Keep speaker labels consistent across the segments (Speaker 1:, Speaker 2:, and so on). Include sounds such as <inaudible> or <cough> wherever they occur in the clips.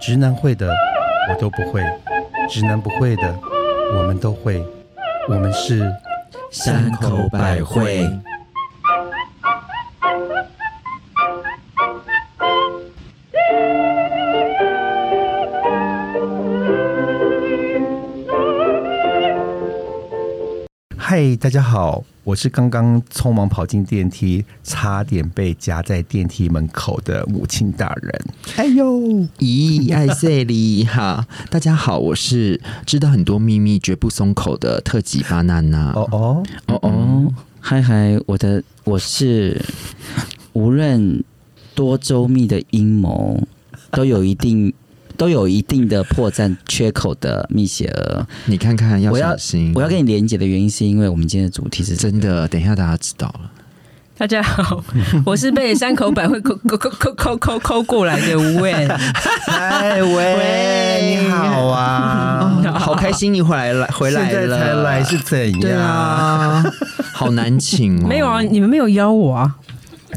Speaker 1: 直男会的我都不会，直男不会的我们都会，我们是
Speaker 2: 山口百惠。
Speaker 1: 嗨，大家好，我是刚刚匆忙跑进电梯，差点被夹在电梯门口的母亲大人。哎呦，
Speaker 2: 咦，艾塞里哈，大家好，我是知道很多秘密绝不松口的特级巴娜娜。
Speaker 1: 哦哦，
Speaker 3: 哦哦，嗨嗨，我的我是无论多周密的阴谋，都有一定 <laughs> 都有一定的破绽缺口的蜜雪儿。
Speaker 2: 你看看，要
Speaker 3: 我要
Speaker 2: 小心。
Speaker 3: 我要跟你连接的原因是因为我们今天的主题是这
Speaker 2: 真的，等一下大家知道了。
Speaker 3: <laughs>
Speaker 4: 大家好， <laughs> 我是被山口百惠抠 <laughs> 抠抠抠抠抠抠过来的吴
Speaker 1: <laughs>
Speaker 4: 问。
Speaker 1: 哎喂，你好 <laughs> 啊，
Speaker 2: 哦，好开心你回来了，回来
Speaker 1: 现在
Speaker 2: 了，
Speaker 1: 才来是怎样？
Speaker 2: 对啊，好难请哦。
Speaker 4: 没有啊，你们没有邀我啊。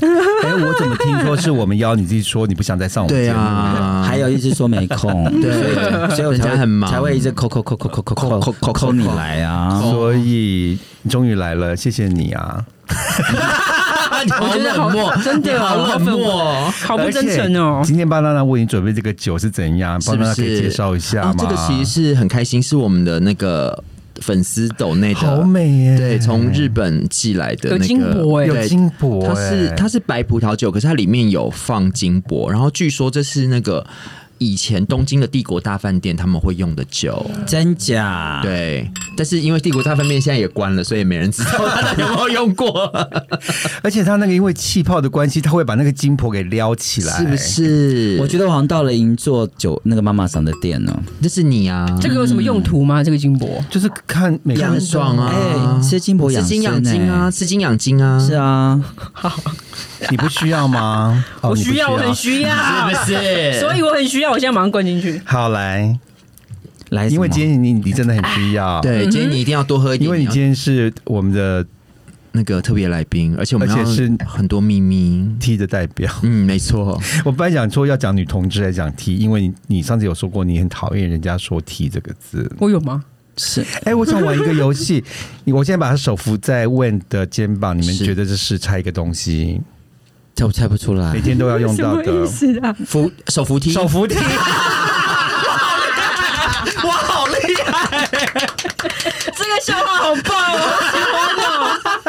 Speaker 1: 哎，我怎么听说是我们邀你自己说你不想再上我们
Speaker 2: 对
Speaker 1: 节目？
Speaker 2: 啊，
Speaker 3: 还有一直说没空，
Speaker 2: 对
Speaker 3: 所以所以我
Speaker 2: 人
Speaker 3: 才
Speaker 2: 家
Speaker 3: 会
Speaker 2: 很忙
Speaker 3: 才会一直抠抠抠抠抠抠
Speaker 2: 抠抠
Speaker 3: 抠抠
Speaker 2: 抠
Speaker 3: 抠你来啊！
Speaker 1: 所以你终于来了，谢谢你啊！
Speaker 2: 我
Speaker 4: <laughs> 我觉得好真的
Speaker 2: 好
Speaker 4: 哦
Speaker 2: 冷漠哦。
Speaker 4: 好不真诚哦
Speaker 1: 而且。今天巴娜娜为你准备这个酒是怎样？
Speaker 2: 是
Speaker 1: 巴
Speaker 2: 不
Speaker 1: 娜娜
Speaker 2: 是
Speaker 1: 可以介绍一下吗？
Speaker 2: 哦这个其实是很开心，是我们的那个粉丝抖内的，
Speaker 1: 好美耶！
Speaker 2: 对，从日本寄来的那个
Speaker 4: 有金箔耶
Speaker 1: 有
Speaker 2: 对
Speaker 1: 金箔耶，
Speaker 2: 它是它是白葡萄酒，可是它里面有放金箔，然后据说这是那个以前东京的帝国大饭店他们会用的酒。
Speaker 3: 真假？
Speaker 2: 对，但是因为帝国大饭店现在也关了，所以也没人知道它有没有用过，
Speaker 1: 而且它那个因为气泡的关系，它会把那个金箔给撩 <laughs> 起来，
Speaker 2: 是不？是？
Speaker 3: 我觉得我好像到了银座酒那个妈妈桑的店哦。
Speaker 2: 这是你啊，
Speaker 4: 这个有什么用途吗？这个金箔
Speaker 1: 就是看每个人
Speaker 2: 养爽啊
Speaker 3: 哎，吃金箔
Speaker 2: 吃
Speaker 3: 养
Speaker 2: 金养
Speaker 3: 生
Speaker 2: 精啊，
Speaker 3: 哎
Speaker 2: 吃金养精啊，
Speaker 3: 是啊，
Speaker 1: 你不需要
Speaker 2: <laughs>
Speaker 1: 吗？哦
Speaker 4: 我
Speaker 1: 你不
Speaker 4: 需要，我很需要，
Speaker 2: 是不
Speaker 1: <laughs>
Speaker 2: <laughs> 是？
Speaker 4: 所以我很需要。我现在马上灌进去。
Speaker 1: 好来，
Speaker 3: 来什么，
Speaker 1: 因为今天你你真的很需要，，
Speaker 2: 哎对，今天你一定要多喝一点，
Speaker 1: 因为你
Speaker 2: 要
Speaker 1: 今天是我们的
Speaker 2: 那个特别来宾，而且我们
Speaker 1: 而且
Speaker 2: 要
Speaker 1: 是
Speaker 2: 很多秘密。
Speaker 1: <laughs> T 的代表。
Speaker 2: 嗯，没错，
Speaker 1: 我本来想说要讲女同志来讲 T，因为你你上次有说过你很讨厌人家说 T 这个字。
Speaker 4: 我有吗？
Speaker 3: 是
Speaker 1: 哎、我想玩一个游戏， <laughs> 你我现在把他手扶在 Wen 的肩膀，你们
Speaker 2: 是
Speaker 1: 觉得这是猜一个东 <laughs> 西，
Speaker 3: 猜我猜不出来
Speaker 1: 每。天都要用
Speaker 4: 什
Speaker 1: 到
Speaker 4: 么意
Speaker 1: 的
Speaker 4: 思啊？
Speaker 2: 扶手扶梯，
Speaker 1: 手扶 <laughs> 梯。
Speaker 2: 哇，好厉害！
Speaker 4: 这个笑话好棒哦，好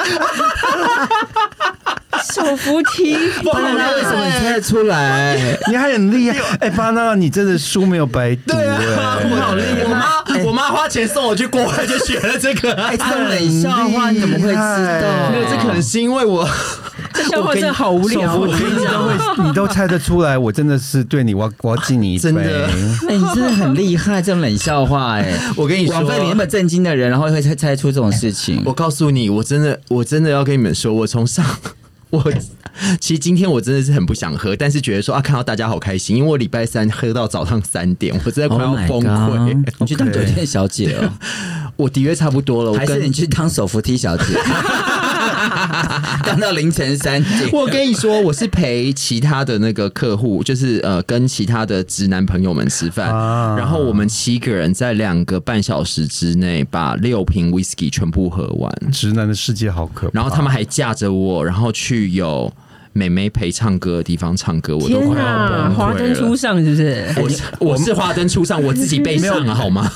Speaker 4: 喜欢哦。
Speaker 1: <laughs>
Speaker 4: 手扶梯，
Speaker 2: <laughs> 巴娜哦娜为什么你猜得出来？
Speaker 1: 你还很厉害，哎、巴娜娜，你真的书没有白读、哎，
Speaker 2: 我好厉害！我妈我妈花钱送我去国外就学了这 <laughs> 个，
Speaker 3: 哎，这种冷笑话
Speaker 1: 很厉害
Speaker 3: 你怎么会知道？
Speaker 2: 没有，这可能是因为 <laughs> 我
Speaker 4: 这笑话真的好无聊
Speaker 1: 我
Speaker 4: 哦。
Speaker 1: 觉得你都会，哎你都猜得出来，我真的是对你，我要我要敬你一杯。
Speaker 2: 真的
Speaker 3: 哎，你真的很厉害，这种冷笑话哎。
Speaker 2: 我跟你说哎
Speaker 3: 枉费你那么震惊的人，然后会猜猜出这种事情
Speaker 2: 我。告诉你，我真的，我真的要跟你们说，我从上，我其实今天我真的是很不想喝，但是觉得说啊，看到大家好开心，因为我礼拜三喝到早上三点，我真的
Speaker 3: Oh
Speaker 2: 快要
Speaker 3: my
Speaker 2: 崩溃。
Speaker 3: god！你去当酒店小姐哦，
Speaker 2: 我的确差不多了，我
Speaker 3: 还是
Speaker 2: 跟
Speaker 3: 你去当手扶梯小姐？
Speaker 2: <laughs>
Speaker 3: 当到凌晨三点，
Speaker 2: <laughs> 我跟你说，我是陪其他的那个客户，就是呃，跟其他的直男朋友们吃饭，
Speaker 1: 啊
Speaker 2: 然后我们七个人在两个半小时之内把六瓶 whisky 全部喝完，
Speaker 1: 直男的世界好可怕。
Speaker 2: 然后他们还架着我，然后去有美眉陪唱歌的地方唱歌，我都
Speaker 4: 天
Speaker 2: 快要
Speaker 4: 哪，
Speaker 2: 崩溃了。
Speaker 4: 华灯初上是不是？
Speaker 2: 我是 <laughs> 我是华灯初上，我自己背上了好吗？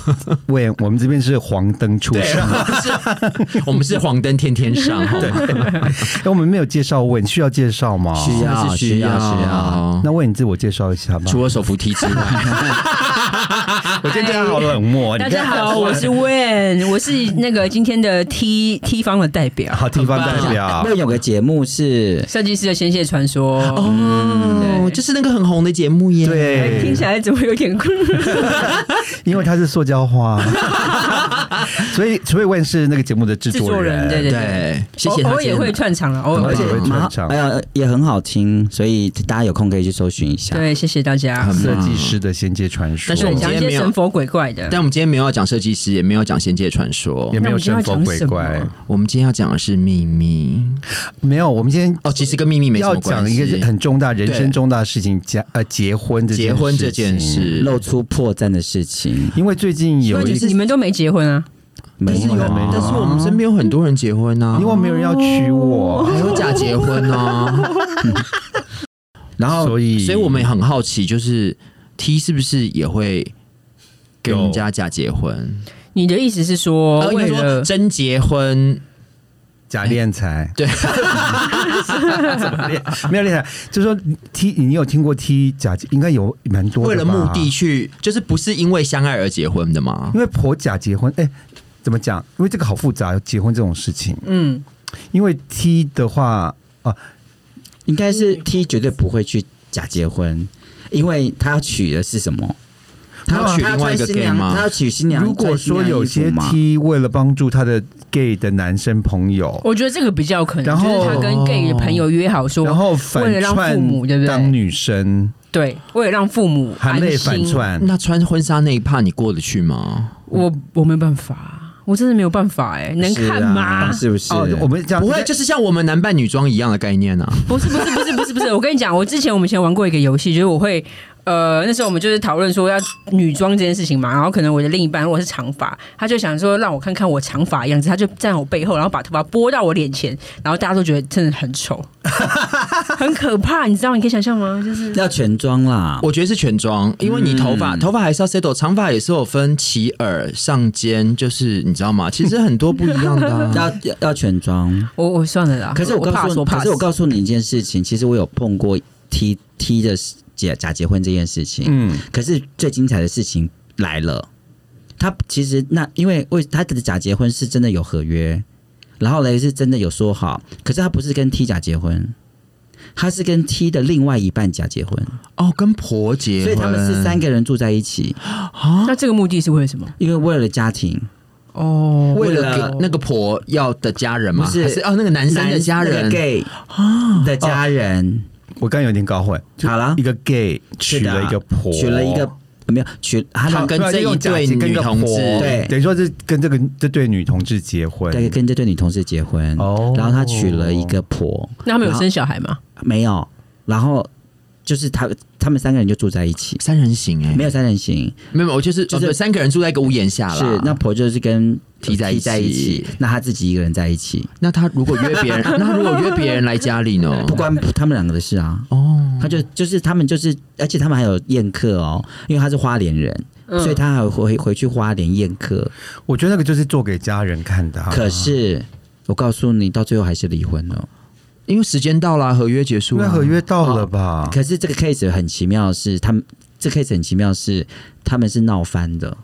Speaker 1: 喂，我们这边是黄灯初
Speaker 2: <laughs> 对，
Speaker 1: 上，
Speaker 2: 是 <laughs> 我们是黄灯天天上，好吗？
Speaker 1: 哎、我们没有介绍问，需要介绍吗？
Speaker 2: 需要
Speaker 3: 是需要需要。
Speaker 4: <laughs>
Speaker 1: 那为你自我介绍一下吧。
Speaker 2: 除了手扶梯之外，
Speaker 1: 我觉得大家好冷漠。
Speaker 4: 大
Speaker 1: 啊你
Speaker 4: 家
Speaker 1: 看
Speaker 4: 好，我是 Wen，我是那个今天的 T T 方的代表，
Speaker 1: 好地方代表
Speaker 3: 那有个节目是
Speaker 4: 设计师的仙界传说。
Speaker 2: 嗯哦，就是那个很红的节目耶。
Speaker 4: 哎
Speaker 1: 对
Speaker 4: 听起来怎么有点困？
Speaker 2: <laughs>
Speaker 1: 因为它是塑胶花，所以陈伟问是那个节目的制
Speaker 4: 制作人对对
Speaker 2: 对，谢谢
Speaker 4: 偶
Speaker 2: 他
Speaker 4: 偶尔
Speaker 2: 今
Speaker 4: 也
Speaker 2: 天
Speaker 4: 会
Speaker 2: 来。
Speaker 4: 串场了，偶尔
Speaker 1: 而
Speaker 4: 会
Speaker 1: 且
Speaker 4: 串场。
Speaker 1: 传
Speaker 3: 蛮好
Speaker 1: 唱
Speaker 3: 哎呀，也很好听，所以大家有空可以去搜寻一下。
Speaker 4: 对，谢谢大家。
Speaker 1: 设计师的仙界传说，
Speaker 2: 但是我
Speaker 4: 对，
Speaker 2: 们
Speaker 4: 讲一
Speaker 2: 今天没
Speaker 4: 些
Speaker 2: 有
Speaker 4: 神佛鬼怪的。
Speaker 2: 但我们今天没有要讲设计师，也没有要讲仙界传说
Speaker 1: 也，没有神佛鬼
Speaker 4: 那我们今天要讲
Speaker 1: 怪
Speaker 4: 什么，
Speaker 2: 我们今天要讲的是秘密。
Speaker 1: 没有。我们今天
Speaker 2: 哦，其实跟秘密没什
Speaker 1: 要
Speaker 2: 么关
Speaker 1: 讲
Speaker 2: 系。
Speaker 1: 一个很重大人
Speaker 2: 对
Speaker 1: 生重大的事情，结呃结婚这件
Speaker 2: 结婚这
Speaker 1: 事
Speaker 2: 件
Speaker 1: 情，
Speaker 2: 事，
Speaker 3: 露出破绽的事情，
Speaker 1: 因为最近有
Speaker 4: 那
Speaker 1: 一
Speaker 4: 就
Speaker 1: 个
Speaker 4: 是你们都没结婚啊？
Speaker 3: 没有
Speaker 1: 但是有
Speaker 3: 啊，
Speaker 2: 但是我们身边有很多人结婚啊，
Speaker 1: 因为没有人要娶我，
Speaker 2: 还有假结婚 <laughs> 啊。然后，
Speaker 1: 所以
Speaker 2: 所以我们也很好奇，就是 T 是不是也会跟
Speaker 1: 有
Speaker 2: 人家假结婚？
Speaker 4: 你的意思是说，
Speaker 2: 呃应该
Speaker 4: 为
Speaker 2: 说
Speaker 4: 了
Speaker 2: 真结婚，
Speaker 1: 假练财，
Speaker 2: 对，
Speaker 1: <laughs> 怎么练？没有练财，就说 T，你有听过 T 假，应该有蛮多
Speaker 2: 为
Speaker 1: 的
Speaker 2: 了
Speaker 1: 吧
Speaker 2: 目的，去，就是不是因为相爱而结婚的吗
Speaker 1: 因？为婆假结婚，哎、怎么讲？因为这个好复杂，结婚这种事情，
Speaker 4: 嗯，
Speaker 1: 因为 T 的话啊，
Speaker 3: 应该是 T 绝对不会去假结婚，因为他要娶的是什么？
Speaker 2: 他要娶
Speaker 3: 他
Speaker 2: 另外一个
Speaker 3: 穿新
Speaker 2: gay
Speaker 3: 娘他
Speaker 2: 吗
Speaker 3: 要？娶新娘。
Speaker 1: 如果
Speaker 3: 穿新
Speaker 1: 说
Speaker 3: 娘
Speaker 1: 有
Speaker 3: 衣服
Speaker 1: 些
Speaker 3: 嘛啊
Speaker 1: T 为了帮助他的 gay 的男生朋友，
Speaker 4: 我觉得这个比较可能，
Speaker 1: 然
Speaker 4: 就
Speaker 1: 后
Speaker 4: 是他跟 gay 的朋友约好说，
Speaker 1: 然后反
Speaker 4: 为了让
Speaker 1: 串
Speaker 4: 父母对不对
Speaker 1: 当女生，
Speaker 4: 对，为了让父母
Speaker 1: 含泪
Speaker 4: 安心
Speaker 1: 反串，
Speaker 3: 嗯
Speaker 2: 那穿婚纱那一趴你过得去吗？
Speaker 4: 我我没办法，啊我真的没有办法哎、能看吗？
Speaker 3: 啊是啊不是？
Speaker 1: 哦，我们讲
Speaker 2: 不会，就是像我们男扮女装一样的概
Speaker 3: <laughs>
Speaker 2: 念啊。
Speaker 4: 不是不是不是不是不 <laughs> 是，我跟你讲，我之前我们以前玩过一个游戏，就是我会。呃，那时候我们就是讨论说要女装这件事情嘛，然后可能我的另一半如果是长发，他就想说让我看看我长发的样子，他就站我背后，然后把头发拨到我脸前，然后大家都觉得真的很
Speaker 3: <laughs>
Speaker 4: 丑，很可怕，你知道？你可以想象吗？就是
Speaker 3: 要全妆啦。
Speaker 2: 我觉得是全妆，因为你头
Speaker 3: 嗯
Speaker 2: 发、头发还是要 settle，长发也是有分齐耳、上肩，就是你知道吗？其实很多不一样的、
Speaker 3: <laughs>
Speaker 2: 啊。
Speaker 3: 要要要全妆，
Speaker 4: 我啊我算了啦。
Speaker 3: 可是我
Speaker 4: 怕
Speaker 3: 告诉
Speaker 4: 说
Speaker 3: 你，
Speaker 4: 怕
Speaker 3: 可
Speaker 4: 死，
Speaker 3: 是我告诉你一件事情，其实我有碰过 T T 的假假结婚这件事情，
Speaker 1: 嗯，
Speaker 3: 可是最精彩的事情来了，他其实那因为为他的假结婚是真的有合约，然后嘞是真的有说好，可是他不是跟 T 假结婚，他是跟 T 的另外一半假结婚，
Speaker 2: 哦，跟婆结婚，
Speaker 3: 所以他们是三个人住在一起，
Speaker 2: 啊，
Speaker 4: 那这个目的是为了什么？
Speaker 3: 因为为了家庭，
Speaker 4: 哦，
Speaker 2: 为
Speaker 3: 为
Speaker 2: 了
Speaker 3: 了
Speaker 2: 给那个婆要的家人吗？
Speaker 3: 不是
Speaker 2: 还是哦，那个男生的家
Speaker 3: 男那
Speaker 2: 人啊
Speaker 3: 个 gay 的家人，
Speaker 1: 我刚刚有点搞混，
Speaker 2: 哦
Speaker 1: 就
Speaker 3: 好啦
Speaker 1: 一个 gay
Speaker 3: 啊是
Speaker 1: 娶
Speaker 3: 的
Speaker 1: 了一个婆，啊
Speaker 3: 娶了一个没有娶他
Speaker 2: 他
Speaker 3: 老
Speaker 2: 跟这一对女同志
Speaker 3: 对
Speaker 1: 等于说是跟这个这对女同志结婚，
Speaker 3: 对，跟这对女同事结婚，
Speaker 1: 哦
Speaker 3: 然后她娶了一个婆，
Speaker 4: 那他们有
Speaker 3: 然后
Speaker 4: 生小孩吗？
Speaker 3: 没有，然后就是他他们三个人就住在一起，
Speaker 2: 三人行哎、
Speaker 3: 没有三人行，
Speaker 2: 没有没有，我就是
Speaker 3: 就是
Speaker 2: 哦不三个人住在一个屋檐下啦。
Speaker 3: 是那婆就是跟
Speaker 2: 提在一
Speaker 3: 提
Speaker 2: 起
Speaker 3: 在一起，那她自己一个人在一起，
Speaker 2: 那他如果约
Speaker 3: <laughs>
Speaker 2: 别人，那他如果约别人来家里呢？
Speaker 3: 不关他们两个的事啊。
Speaker 2: 哦，
Speaker 3: 他就就是他们就是，而且他们还有宴客哦，因为他是花莲人，所以他还回回去花莲宴客。
Speaker 1: 我觉得那个就是做给家人看的啊、
Speaker 3: 可是我告诉你，到最后还是离婚了。
Speaker 2: 因为时间到了，合约结束
Speaker 1: 因为
Speaker 2: 了，
Speaker 1: 合约到了吧？
Speaker 3: 哦可是这个 case 很奇妙的是，他们这 case 很奇妙的是，他们是闹翻的，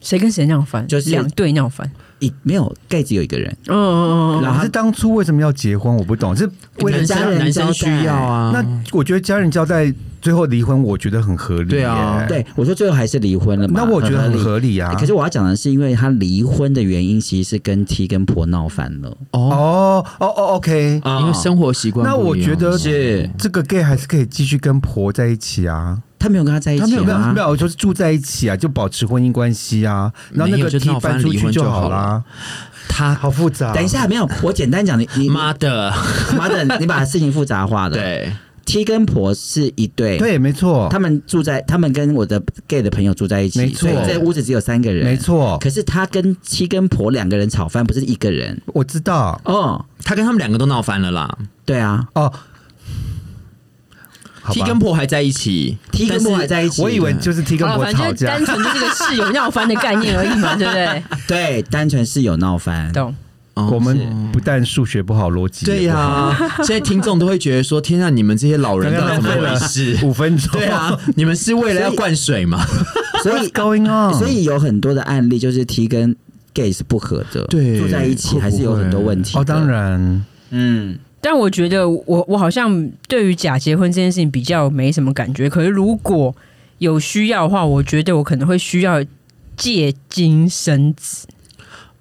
Speaker 4: 谁跟谁闹翻？
Speaker 3: 就是
Speaker 4: 两对闹翻。
Speaker 3: 一没有 gay 只有一个人，
Speaker 4: 嗯嗯嗯嗯
Speaker 3: 然
Speaker 1: 可
Speaker 3: 后他
Speaker 1: 哦是当初为什么要结婚？我不懂，是为了
Speaker 2: 男
Speaker 3: 家
Speaker 2: 生
Speaker 3: 人
Speaker 2: 男生
Speaker 3: 交
Speaker 2: 需
Speaker 3: 代
Speaker 2: 要啊。
Speaker 1: 那我觉得家人交代最后离婚，我觉得很合理耶。
Speaker 2: 对啊
Speaker 3: 对我说最后还是离婚了嘛？
Speaker 1: 哎那我觉得很
Speaker 3: 理哎
Speaker 1: 合理啊。
Speaker 3: 可是我要讲的是，因为他离婚的原因其实是跟 T 跟婆闹翻了，
Speaker 2: 哦，
Speaker 1: 哦哦哦，OK，、
Speaker 2: 啊因为生活习惯
Speaker 1: 那
Speaker 2: 不
Speaker 1: 我
Speaker 2: 一样
Speaker 1: 觉得
Speaker 3: 是
Speaker 1: 这个 gay 还是可以继续跟婆在一起啊。
Speaker 3: 他没有跟他在一
Speaker 1: 他没
Speaker 3: 起
Speaker 1: 有没有
Speaker 3: 啊
Speaker 1: 没。有，我就是住在一起啊，就保持婚姻关系啊。然后那
Speaker 2: 没有
Speaker 1: 个
Speaker 2: 就
Speaker 1: T
Speaker 2: 闹翻
Speaker 1: 搬出
Speaker 2: 离
Speaker 1: 去
Speaker 2: 婚就好
Speaker 1: 好
Speaker 2: 了啊
Speaker 1: 啦。
Speaker 2: 他
Speaker 1: 好复杂。
Speaker 3: 等一，下，没有，我简单讲，
Speaker 1: <laughs>
Speaker 3: 你你
Speaker 2: 妈的，
Speaker 3: 妈的，你把事情复杂化了。
Speaker 2: 对，
Speaker 3: ，T 跟婆是一对，，
Speaker 1: 对，没错，
Speaker 3: 他们住在，他们跟我的 gay 的朋友住在一起，
Speaker 1: 没错
Speaker 3: 所以这屋子只有三个人，
Speaker 1: 没。错，
Speaker 3: 可是他跟 T 跟婆两个人炒饭，不是一个人
Speaker 1: 我知道
Speaker 3: 哦。
Speaker 2: <laughs> 他跟他们两个都闹翻了啦。
Speaker 3: 对
Speaker 1: <laughs>
Speaker 3: 啊
Speaker 1: 哦。好吧
Speaker 2: T 跟婆还在一起，
Speaker 3: ，T 跟婆还在一起，
Speaker 1: 哦我以为就是 T 跟
Speaker 4: 好
Speaker 1: 婆
Speaker 4: 了，反
Speaker 1: 吵
Speaker 4: 正就是
Speaker 1: 架
Speaker 4: 单，纯就是个室友闹翻的概念而已 <laughs> 嘛，对不对？
Speaker 3: 对，单纯是有闹翻。
Speaker 4: 懂。
Speaker 2: 哦
Speaker 1: 我们不但数学不好，逻辑
Speaker 2: 对呀、 <laughs> 现在听众都会觉得说：“天啊，你们这些老人到底怎么回事？”
Speaker 1: 五分钟，
Speaker 2: <laughs> 对啊，你们是为了要灌水吗？
Speaker 3: 所以
Speaker 1: ，going
Speaker 2: 哎
Speaker 1: on，
Speaker 3: 所以有很多的案例就是 T 跟 gay 是不合的，
Speaker 2: 对
Speaker 3: 住在一起还是有很多问题。
Speaker 1: 哦，当，然，
Speaker 3: 嗯，
Speaker 4: 但我觉得我我好像对于假结婚这件事情比较没什么感觉，可是如果有需要的话，我觉得我可能会需要借精生子。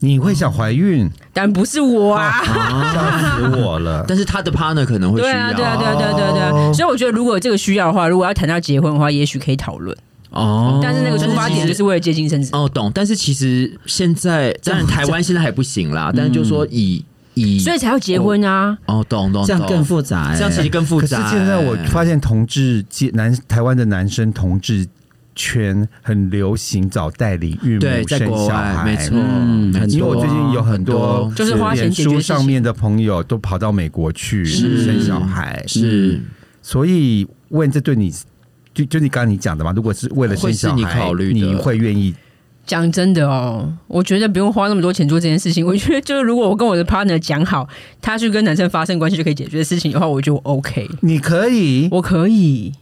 Speaker 1: 你会想怀孕，
Speaker 4: 但不是我啊。
Speaker 1: 吓死我了。
Speaker 2: <laughs> 但是他的 partner 可能会需
Speaker 4: 对
Speaker 2: 要
Speaker 4: 啊，对啊，对啊，对啊，对啊，对啊。所以我觉得，如果有这个需要的话，如果要谈到结婚的话，也许可以讨论。
Speaker 2: 哦，
Speaker 4: 但是那个出发点就是为了接近生子。
Speaker 2: 哦，懂。但是其实现在，当然台湾现在还不行啦，但是就说以以，
Speaker 4: 所以才要结婚啊！
Speaker 2: 哦，懂懂，
Speaker 3: 这样
Speaker 2: 懂
Speaker 3: 更复杂、欸，
Speaker 2: 这样其实更复
Speaker 1: 哎可是
Speaker 2: 杂欸。
Speaker 1: 现在我
Speaker 4: 哎
Speaker 1: 发现同志界男台湾的男生同志圈很流行找代理孕
Speaker 2: 对，
Speaker 1: 母
Speaker 2: 在
Speaker 1: 生
Speaker 2: 国
Speaker 1: 小
Speaker 2: 外
Speaker 1: 孩，
Speaker 2: 没错，
Speaker 3: 嗯
Speaker 2: 没错
Speaker 1: 因为我最近有很多嗯
Speaker 4: 就是花钱
Speaker 1: 脸
Speaker 4: 解决
Speaker 1: 书
Speaker 4: 事情
Speaker 1: 上面的朋友都跑到美国去
Speaker 2: 是
Speaker 1: 生小孩，
Speaker 2: 是
Speaker 1: 所以问这对你就就你刚刚你讲的嘛，如果是为了生
Speaker 2: 会是
Speaker 1: 小
Speaker 2: 你
Speaker 1: 孩，
Speaker 2: 考虑的
Speaker 1: 你会愿意
Speaker 4: 讲真的哦，我觉得不用花那么多钱做这件事情。 <laughs> 我觉得就是如果我跟我的 partner 讲好，他去跟男生发生关系就可以解决的事情的话，我就 OK，
Speaker 1: 你可以，
Speaker 4: 我可以。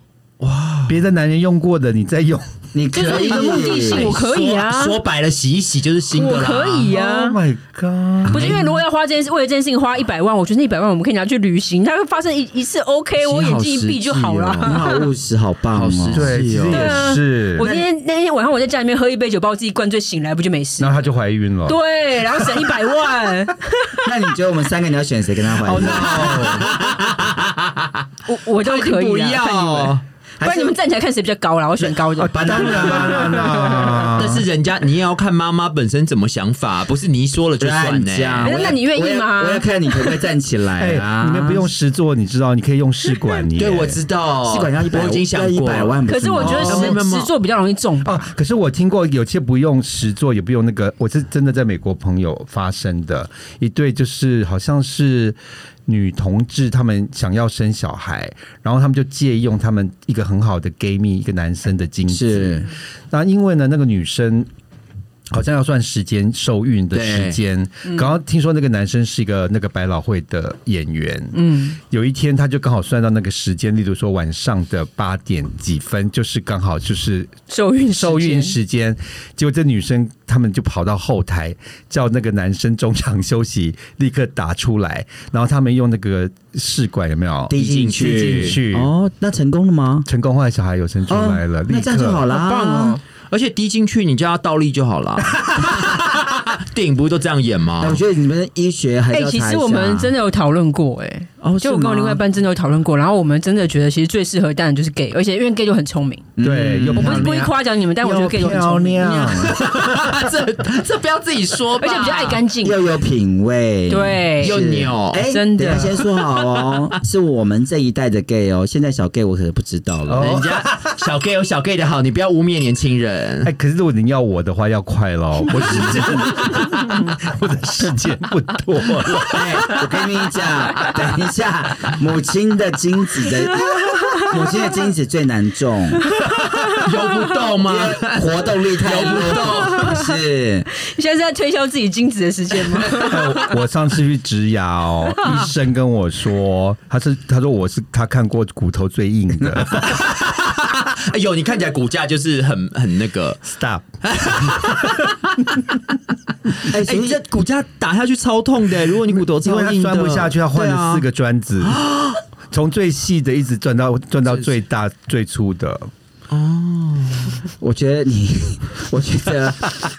Speaker 1: 别的男人用过的你再用。
Speaker 3: 你可
Speaker 4: 就是你的目的
Speaker 3: 哦
Speaker 4: 性，我可以啊，
Speaker 2: 说说白了，洗一洗就是新的
Speaker 4: 我
Speaker 2: 啦。
Speaker 4: 可以
Speaker 1: Oh
Speaker 4: 啊。
Speaker 1: my god！
Speaker 4: 不是因为如果要花这件事，为了这件事情花一百万，我觉得那一百万我们可以拿去旅行，它发生一一次 OK，我眼睛一闭就好了。
Speaker 3: 你好务实，好棒
Speaker 2: 好实
Speaker 3: 哦！
Speaker 2: 际
Speaker 1: 对，其
Speaker 2: 是
Speaker 1: 实
Speaker 2: 哦
Speaker 1: 也是。
Speaker 4: 我今天那天晚上我在家里面喝一杯酒，把我自己灌醉，醒来不就没事
Speaker 1: 然？后她就怀孕了。
Speaker 4: 对，然后省一百 <laughs> 万。
Speaker 3: 那你觉得我们三个你要选谁跟他怀孕？
Speaker 4: 哦我我都可以啊啦
Speaker 2: 不要。
Speaker 4: 看你们不然你们站起来看谁比较高啦，我选高的。
Speaker 1: 啊，当 <laughs> 然
Speaker 3: 啊
Speaker 1: 啦，
Speaker 2: 但是人家你也要看妈妈本身怎么想法，不是你一说了就算呢、
Speaker 3: 家，我
Speaker 4: 哎
Speaker 3: 也
Speaker 4: 那你愿意吗
Speaker 3: 我也我要看你可不可以站起来
Speaker 1: 哎
Speaker 3: 啊！，
Speaker 1: 你们不用实做，你知道，你可以用试管耶。
Speaker 2: 对，我知
Speaker 4: 哦
Speaker 2: 道，
Speaker 3: 试管要一百，
Speaker 2: 我已经想过
Speaker 3: 一百万，
Speaker 4: 可是我觉得
Speaker 2: 没有没有
Speaker 4: 实
Speaker 2: 没有
Speaker 4: 实做比较容易中吧。
Speaker 1: 哦， <laughs> 可是我听过有些不用实做，也不用那个，我是真的在美国朋友发生的一对，就是好像是女同志，他们想要生小孩，然后他们就借用他们一个很好的 gay 蜜，一个男生的精子，
Speaker 3: 是
Speaker 1: 那因为呢，那个女生好像要算时间受孕的时间，嗯刚刚听说那个男生是一个那个百老汇的演员，嗯，有一天他就刚好算到那个时间，例如说晚上的八点几分，就是刚好就是
Speaker 4: 受孕时间
Speaker 1: 受孕时间，结果这女生他们就跑到后台叫那个男生中场休息，立刻打出来，然后他们用那个试管有没有
Speaker 3: 滴进
Speaker 1: 滴进
Speaker 3: 去
Speaker 1: 去？
Speaker 3: 哦，那成功了吗？
Speaker 1: 成功后来小孩有生出来了，
Speaker 3: 哦
Speaker 1: 立刻
Speaker 3: 那这样就好啦，
Speaker 4: 好棒
Speaker 1: 啊
Speaker 4: 哦！
Speaker 2: 啊而且滴进去，你叫他倒立
Speaker 1: <laughs>
Speaker 2: 就好了。电影不是都这样演吗
Speaker 3: 那我？觉得你们的医学还
Speaker 4: 哎、
Speaker 3: 是要查
Speaker 4: 其
Speaker 3: 一下
Speaker 4: 实我们真的有讨论过、
Speaker 3: 哦
Speaker 4: 哎，
Speaker 3: 是
Speaker 4: 就我跟我
Speaker 3: 吗
Speaker 4: 另外一半真的有讨论过，然后我们真的觉得其实最适合当然就是 gay，而且因为 gay 就很聪明，
Speaker 3: 嗯
Speaker 1: 对，又
Speaker 4: 我不是故
Speaker 1: 漂
Speaker 4: 意
Speaker 1: 亮
Speaker 4: 夸奖你们，但我觉得 gay 就很
Speaker 1: 漂
Speaker 4: 聪明，
Speaker 1: 亮，
Speaker 2: 这 <laughs> 这不要自己说吧，
Speaker 4: 而且比较爱干净，
Speaker 3: 又有品味，。
Speaker 4: 对，
Speaker 2: 又扭。
Speaker 3: 哎，
Speaker 4: 真的
Speaker 3: 等一下先说好
Speaker 4: <laughs>
Speaker 3: 哦，是我们这一代的 gay 哦，现在小 gay 我可不知道
Speaker 4: 哦
Speaker 3: 了。
Speaker 2: 人家小 gay 有小 gay 的好，你不要污蔑年轻人。
Speaker 1: 哎，可是如果你要我的话，要快
Speaker 3: <laughs>
Speaker 1: 咯，我时间我的时间不多
Speaker 3: <laughs>
Speaker 1: 了。
Speaker 3: 哎，我跟你讲，等一下，母亲的精子的，
Speaker 4: <laughs>
Speaker 3: 母亲的精子最难种，
Speaker 2: 游不动 <laughs> 吗？
Speaker 3: 活动力太弱，是
Speaker 4: 你现在是在推销自己精子的时间吗？
Speaker 1: 哎我我上次去植牙哦，医生跟我说，他是他说我是他看过骨头最硬的
Speaker 2: 哎呦，你看起来骨架就是很很那个，
Speaker 1: ，stop。
Speaker 3: 哎，
Speaker 2: 哎、
Speaker 3: 所以
Speaker 2: 你这骨架打下去超痛的。如果你骨头
Speaker 1: 因
Speaker 2: 超
Speaker 1: 为
Speaker 2: 硬
Speaker 1: 他
Speaker 2: 的，
Speaker 1: 钻不下去，他换
Speaker 2: 对啊
Speaker 1: 了四个砖子，
Speaker 3: 啊
Speaker 1: <gasps> 从最细的一直钻到钻到最大最粗的。
Speaker 3: 我觉得你， <laughs> 我觉得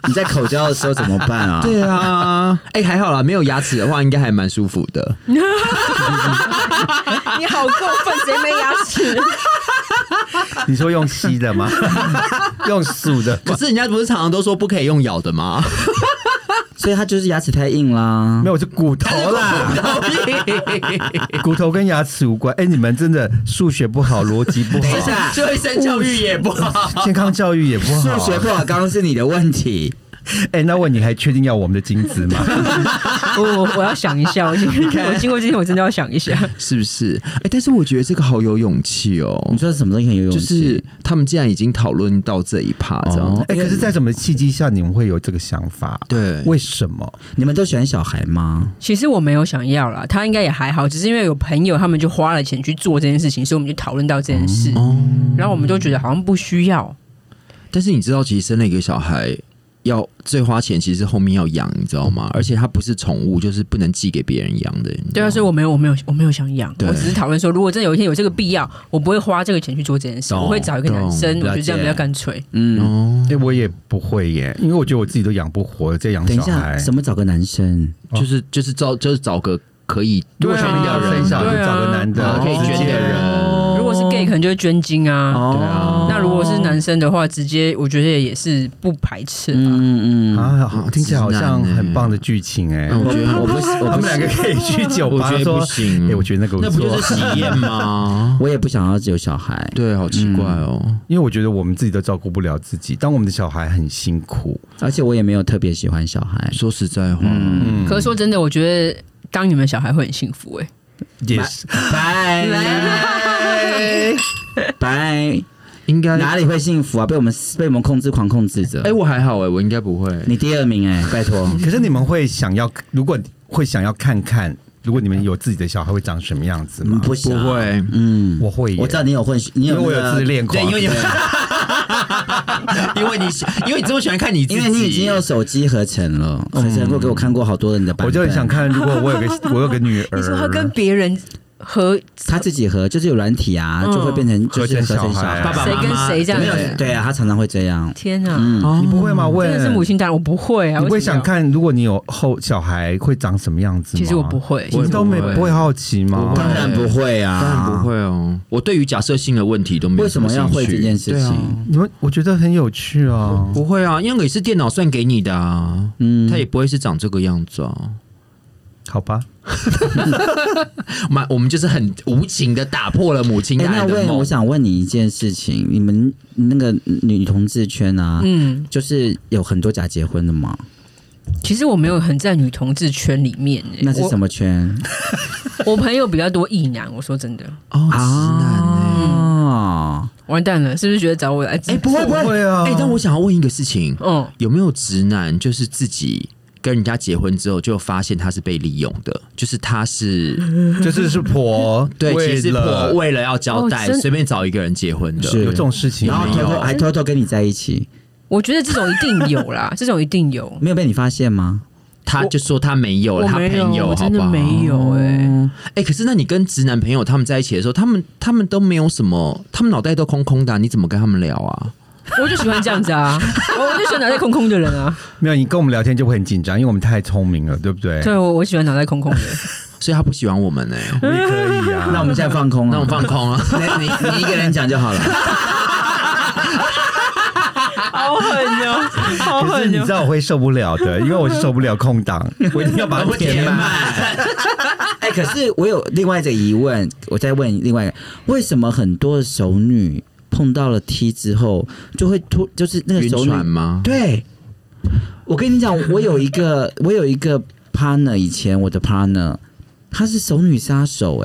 Speaker 3: 你在口交的时候怎么办啊？
Speaker 2: 对啊， <laughs> 哎、还好啦，没有牙齿的话，应该还蛮舒服的。
Speaker 4: 你好过分，谁没牙齿？啊
Speaker 1: 你说用吸的
Speaker 3: <laughs>
Speaker 1: 吗？用数的吗？
Speaker 2: 可是人家不是常常都说不可以用咬的吗？
Speaker 3: 所以他就是牙齿太硬啦
Speaker 1: 没。有，是骨头啦。
Speaker 3: <laughs>
Speaker 1: 骨头跟牙齿无关。哎、你们真的数学不好，逻辑不
Speaker 3: 等
Speaker 2: 哎
Speaker 3: 一
Speaker 1: 好，
Speaker 2: <laughs>
Speaker 3: 下，
Speaker 2: 对生教育也不 <laughs> 好。
Speaker 1: 健康教育也不好。
Speaker 3: 数学不好，刚刚是你的问题。
Speaker 1: 哎、那问你还确定要我们的精子吗？
Speaker 4: 我我我要想一下，我经 <laughs> 我经过今天我真的要想一下。
Speaker 2: 是不是？哎、但是我觉得这个好有勇气哦
Speaker 3: 你，说什么东西很有勇
Speaker 2: 就
Speaker 3: 气？
Speaker 2: 是他们既然已经讨论到这一趴，这样子。
Speaker 3: 哦
Speaker 1: 哎、可是，在什么契机下你们会有这个想法？
Speaker 2: 对
Speaker 1: 为什么？
Speaker 3: 你们都喜欢小孩吗？
Speaker 4: 其实我没有想要啦，他应该也还好，只是因为有朋友他们就花了钱去做这件事情，所以我们就讨论到这件
Speaker 1: 嗯哦
Speaker 4: 事，然后我们就觉得好像不需要。
Speaker 2: 但是你知道，其实生了一个小孩，要最花钱，其实是后面要养，你知道吗？而且它不是宠物，就是不能寄给别人养的。你知
Speaker 4: 嗯对
Speaker 2: 道
Speaker 4: 啊，
Speaker 2: 吗
Speaker 4: 所以我没有，我没有，我没有想养，
Speaker 2: 对
Speaker 4: 我只是讨论说，如果真的有一天有这个必要，我不会花这个钱去做这件事，
Speaker 2: 懂
Speaker 4: 我会找一个男生，
Speaker 1: 懂
Speaker 4: 我觉得这样
Speaker 1: 了解
Speaker 4: 比较干脆。
Speaker 3: 嗯，
Speaker 2: 哦，
Speaker 1: 哎、我也不会耶，因为我觉得我自己都养不活，再养
Speaker 3: 等一
Speaker 1: 小
Speaker 3: 下，
Speaker 1: 孩。
Speaker 3: 什么找个男生？
Speaker 2: 就是就是找就是找个可以
Speaker 1: 如果
Speaker 4: 对
Speaker 1: 生
Speaker 4: 啊
Speaker 1: 定要生小孩，就找个男的，
Speaker 2: 然后可以
Speaker 1: 直
Speaker 2: 捐
Speaker 1: 接
Speaker 2: 的人，
Speaker 4: 如果是 gay，可能就是捐精啊。
Speaker 1: 哦
Speaker 2: 对啊
Speaker 4: 那如果是男生的话，直接我觉得也是不排斥吧。
Speaker 3: 嗯嗯嗯，
Speaker 1: 啊，好听起来好像很棒的剧情哎、
Speaker 2: 嗯我觉得
Speaker 3: 我不是
Speaker 1: 他
Speaker 3: 我
Speaker 1: 们
Speaker 3: 不是？
Speaker 1: 两个可以去酒
Speaker 2: 我
Speaker 1: 吧
Speaker 2: 觉得
Speaker 1: 说
Speaker 2: 不，行。
Speaker 1: 哎、我觉得那个不
Speaker 2: 那不就
Speaker 1: 错，
Speaker 2: 是喜宴吗 <laughs>
Speaker 3: 我也不想要有小孩。
Speaker 2: 对，好奇怪哦。
Speaker 1: 因为我觉得我们自己都照顾不了自己，当我们的小孩很辛苦，
Speaker 3: 而且我也没有特别喜欢小
Speaker 1: <laughs>
Speaker 3: 孩，
Speaker 2: 说实在话，
Speaker 1: 嗯，
Speaker 4: 可是说真的，我觉得当你们小孩会很幸福哎、
Speaker 1: 也是
Speaker 3: 拜拜，
Speaker 2: 应该
Speaker 3: 哪里会幸福啊？被我们被我们控制狂控制着。
Speaker 2: 哎，我还好哎，我应该不会。
Speaker 3: 你第二名哎、拜托。
Speaker 1: <laughs> 可是你们会想要，如果会想要看看，如果你们有自己的小孩会长什么样子吗？
Speaker 3: 不
Speaker 2: 不
Speaker 3: 想，
Speaker 2: 会，
Speaker 3: 嗯，
Speaker 1: 我会耶，
Speaker 3: 我知道你有混血，你
Speaker 1: 因
Speaker 3: 有
Speaker 1: 为
Speaker 3: 那
Speaker 1: 我
Speaker 3: 个、
Speaker 1: 有自恋狂，
Speaker 2: 对， <laughs> 因为你，因为你喜，因为你这么喜欢看你自己，
Speaker 3: 因为你已经用手机合成了，合成过给我看过好多人的
Speaker 1: 嗯
Speaker 3: 版本，
Speaker 1: 我就很想看，如果我有个我有个女儿，
Speaker 4: 你说他跟别人和
Speaker 3: 他自己合，就是有软体啊，
Speaker 4: 嗯
Speaker 3: 就会变成就是
Speaker 1: 合成
Speaker 3: 合成
Speaker 1: 小
Speaker 3: 小
Speaker 1: 孩
Speaker 3: 孩，
Speaker 2: 爸爸
Speaker 4: 谁
Speaker 2: 妈
Speaker 4: 跟
Speaker 2: 妈
Speaker 4: 谁这样
Speaker 3: 没
Speaker 4: 子
Speaker 3: 有
Speaker 2: 对
Speaker 3: 对啊，他常常会这样，
Speaker 4: 天啊，
Speaker 3: 嗯，
Speaker 2: 哦
Speaker 1: 你不会吗？问
Speaker 4: 真的是母，亲大人，我不会啊。
Speaker 1: 你不会
Speaker 4: 为什
Speaker 1: 想
Speaker 4: 么要？
Speaker 1: 看，如果你有后小孩会长什么样子吗？
Speaker 4: 其实我不，会，
Speaker 1: 你都没不会好奇吗？
Speaker 2: 不
Speaker 3: 当
Speaker 2: 会
Speaker 3: 然不会啊，
Speaker 2: 当然不会哦。我对于假设性的问题都没有
Speaker 3: 为什么要会这件事
Speaker 2: 对啊
Speaker 3: 情
Speaker 1: 你们我觉得很有趣啊。
Speaker 2: 不会啊，因为也是电脑算给你的啊，
Speaker 3: 嗯，
Speaker 2: 它也不会是长这个样子啊。
Speaker 1: 好吧，
Speaker 2: 妈，我们就是很无情的打破了母亲
Speaker 3: 哎、
Speaker 2: 大
Speaker 3: 那
Speaker 2: 人的
Speaker 3: 问
Speaker 2: 梦
Speaker 3: 我。想问你一件事情，你们那个女同志圈啊，
Speaker 4: 嗯，
Speaker 3: 就是有很多假结婚的嘛，
Speaker 4: 其实我没有很在女同志圈里面、欸，
Speaker 3: 那是什么圈？
Speaker 4: 我？我朋友比较多异男，我说真的，
Speaker 2: 哦，
Speaker 3: 啊
Speaker 2: 直男哎，
Speaker 3: 哦，
Speaker 4: 完蛋了，是不是觉得找我来？
Speaker 2: 哎，不会不
Speaker 1: 不
Speaker 2: 会
Speaker 1: 会啊
Speaker 2: 哎，但我想要问一个事情，
Speaker 4: 嗯，
Speaker 2: 有没有直男就是自己跟人家结婚之后就发现他是被利用的，就是他
Speaker 3: 嗯
Speaker 2: 是
Speaker 1: 就是是婆 <laughs>
Speaker 2: 对，其
Speaker 1: 为
Speaker 2: 实
Speaker 1: 了
Speaker 2: 我为了要交代
Speaker 4: 哦，真
Speaker 2: 随便找一个人结婚的，
Speaker 3: 是
Speaker 1: 有这种事情啊
Speaker 3: 然后
Speaker 1: 没
Speaker 3: 偷偷
Speaker 1: 有？
Speaker 3: 还偷偷跟你在一起，
Speaker 4: 我觉得这种一定有啦， <laughs> 这种一定有。
Speaker 3: 没有被你发现吗？
Speaker 2: 他就说他没有
Speaker 4: 我
Speaker 2: 他
Speaker 4: 没
Speaker 2: 朋
Speaker 4: 有，
Speaker 2: 友，
Speaker 4: 我
Speaker 2: 好
Speaker 4: 真
Speaker 2: 不
Speaker 4: 的
Speaker 2: 好？
Speaker 4: 没有哎、
Speaker 2: 哎、可是那你跟直男朋友他们在一起的时候，他们他们都没有什么，他们脑袋都空空的啊、你怎么跟他们聊啊？
Speaker 4: 我就喜欢这样子啊，我我就喜欢脑袋空空的人啊。
Speaker 1: 没有，你跟我们聊天就会很紧张，因为我们太聪明了，对不对？
Speaker 4: 对，我我喜欢脑袋空空的。
Speaker 2: 所以他不喜欢我们呢、
Speaker 1: 你可以 <laughs> 啊。
Speaker 3: 那我们现在放空了，
Speaker 2: 那我放空啊。
Speaker 3: <laughs> 你你你一个人讲就好了。
Speaker 4: 好狠哦，好
Speaker 1: 可是你知！道我会受不了的，因为我是受不了空档， <laughs> 我一定要把它填满。
Speaker 3: <laughs> 哎、可是我有另外一个疑问，我再问另外一个，为什么很多的熟女碰到了 T 之后，就会突就是那个
Speaker 2: 晕
Speaker 3: 熟
Speaker 2: 船
Speaker 3: 女？
Speaker 2: 吗？
Speaker 3: 对，我跟你讲，我有一个我有一个 partner，以前我的 partner，她是熟女杀手、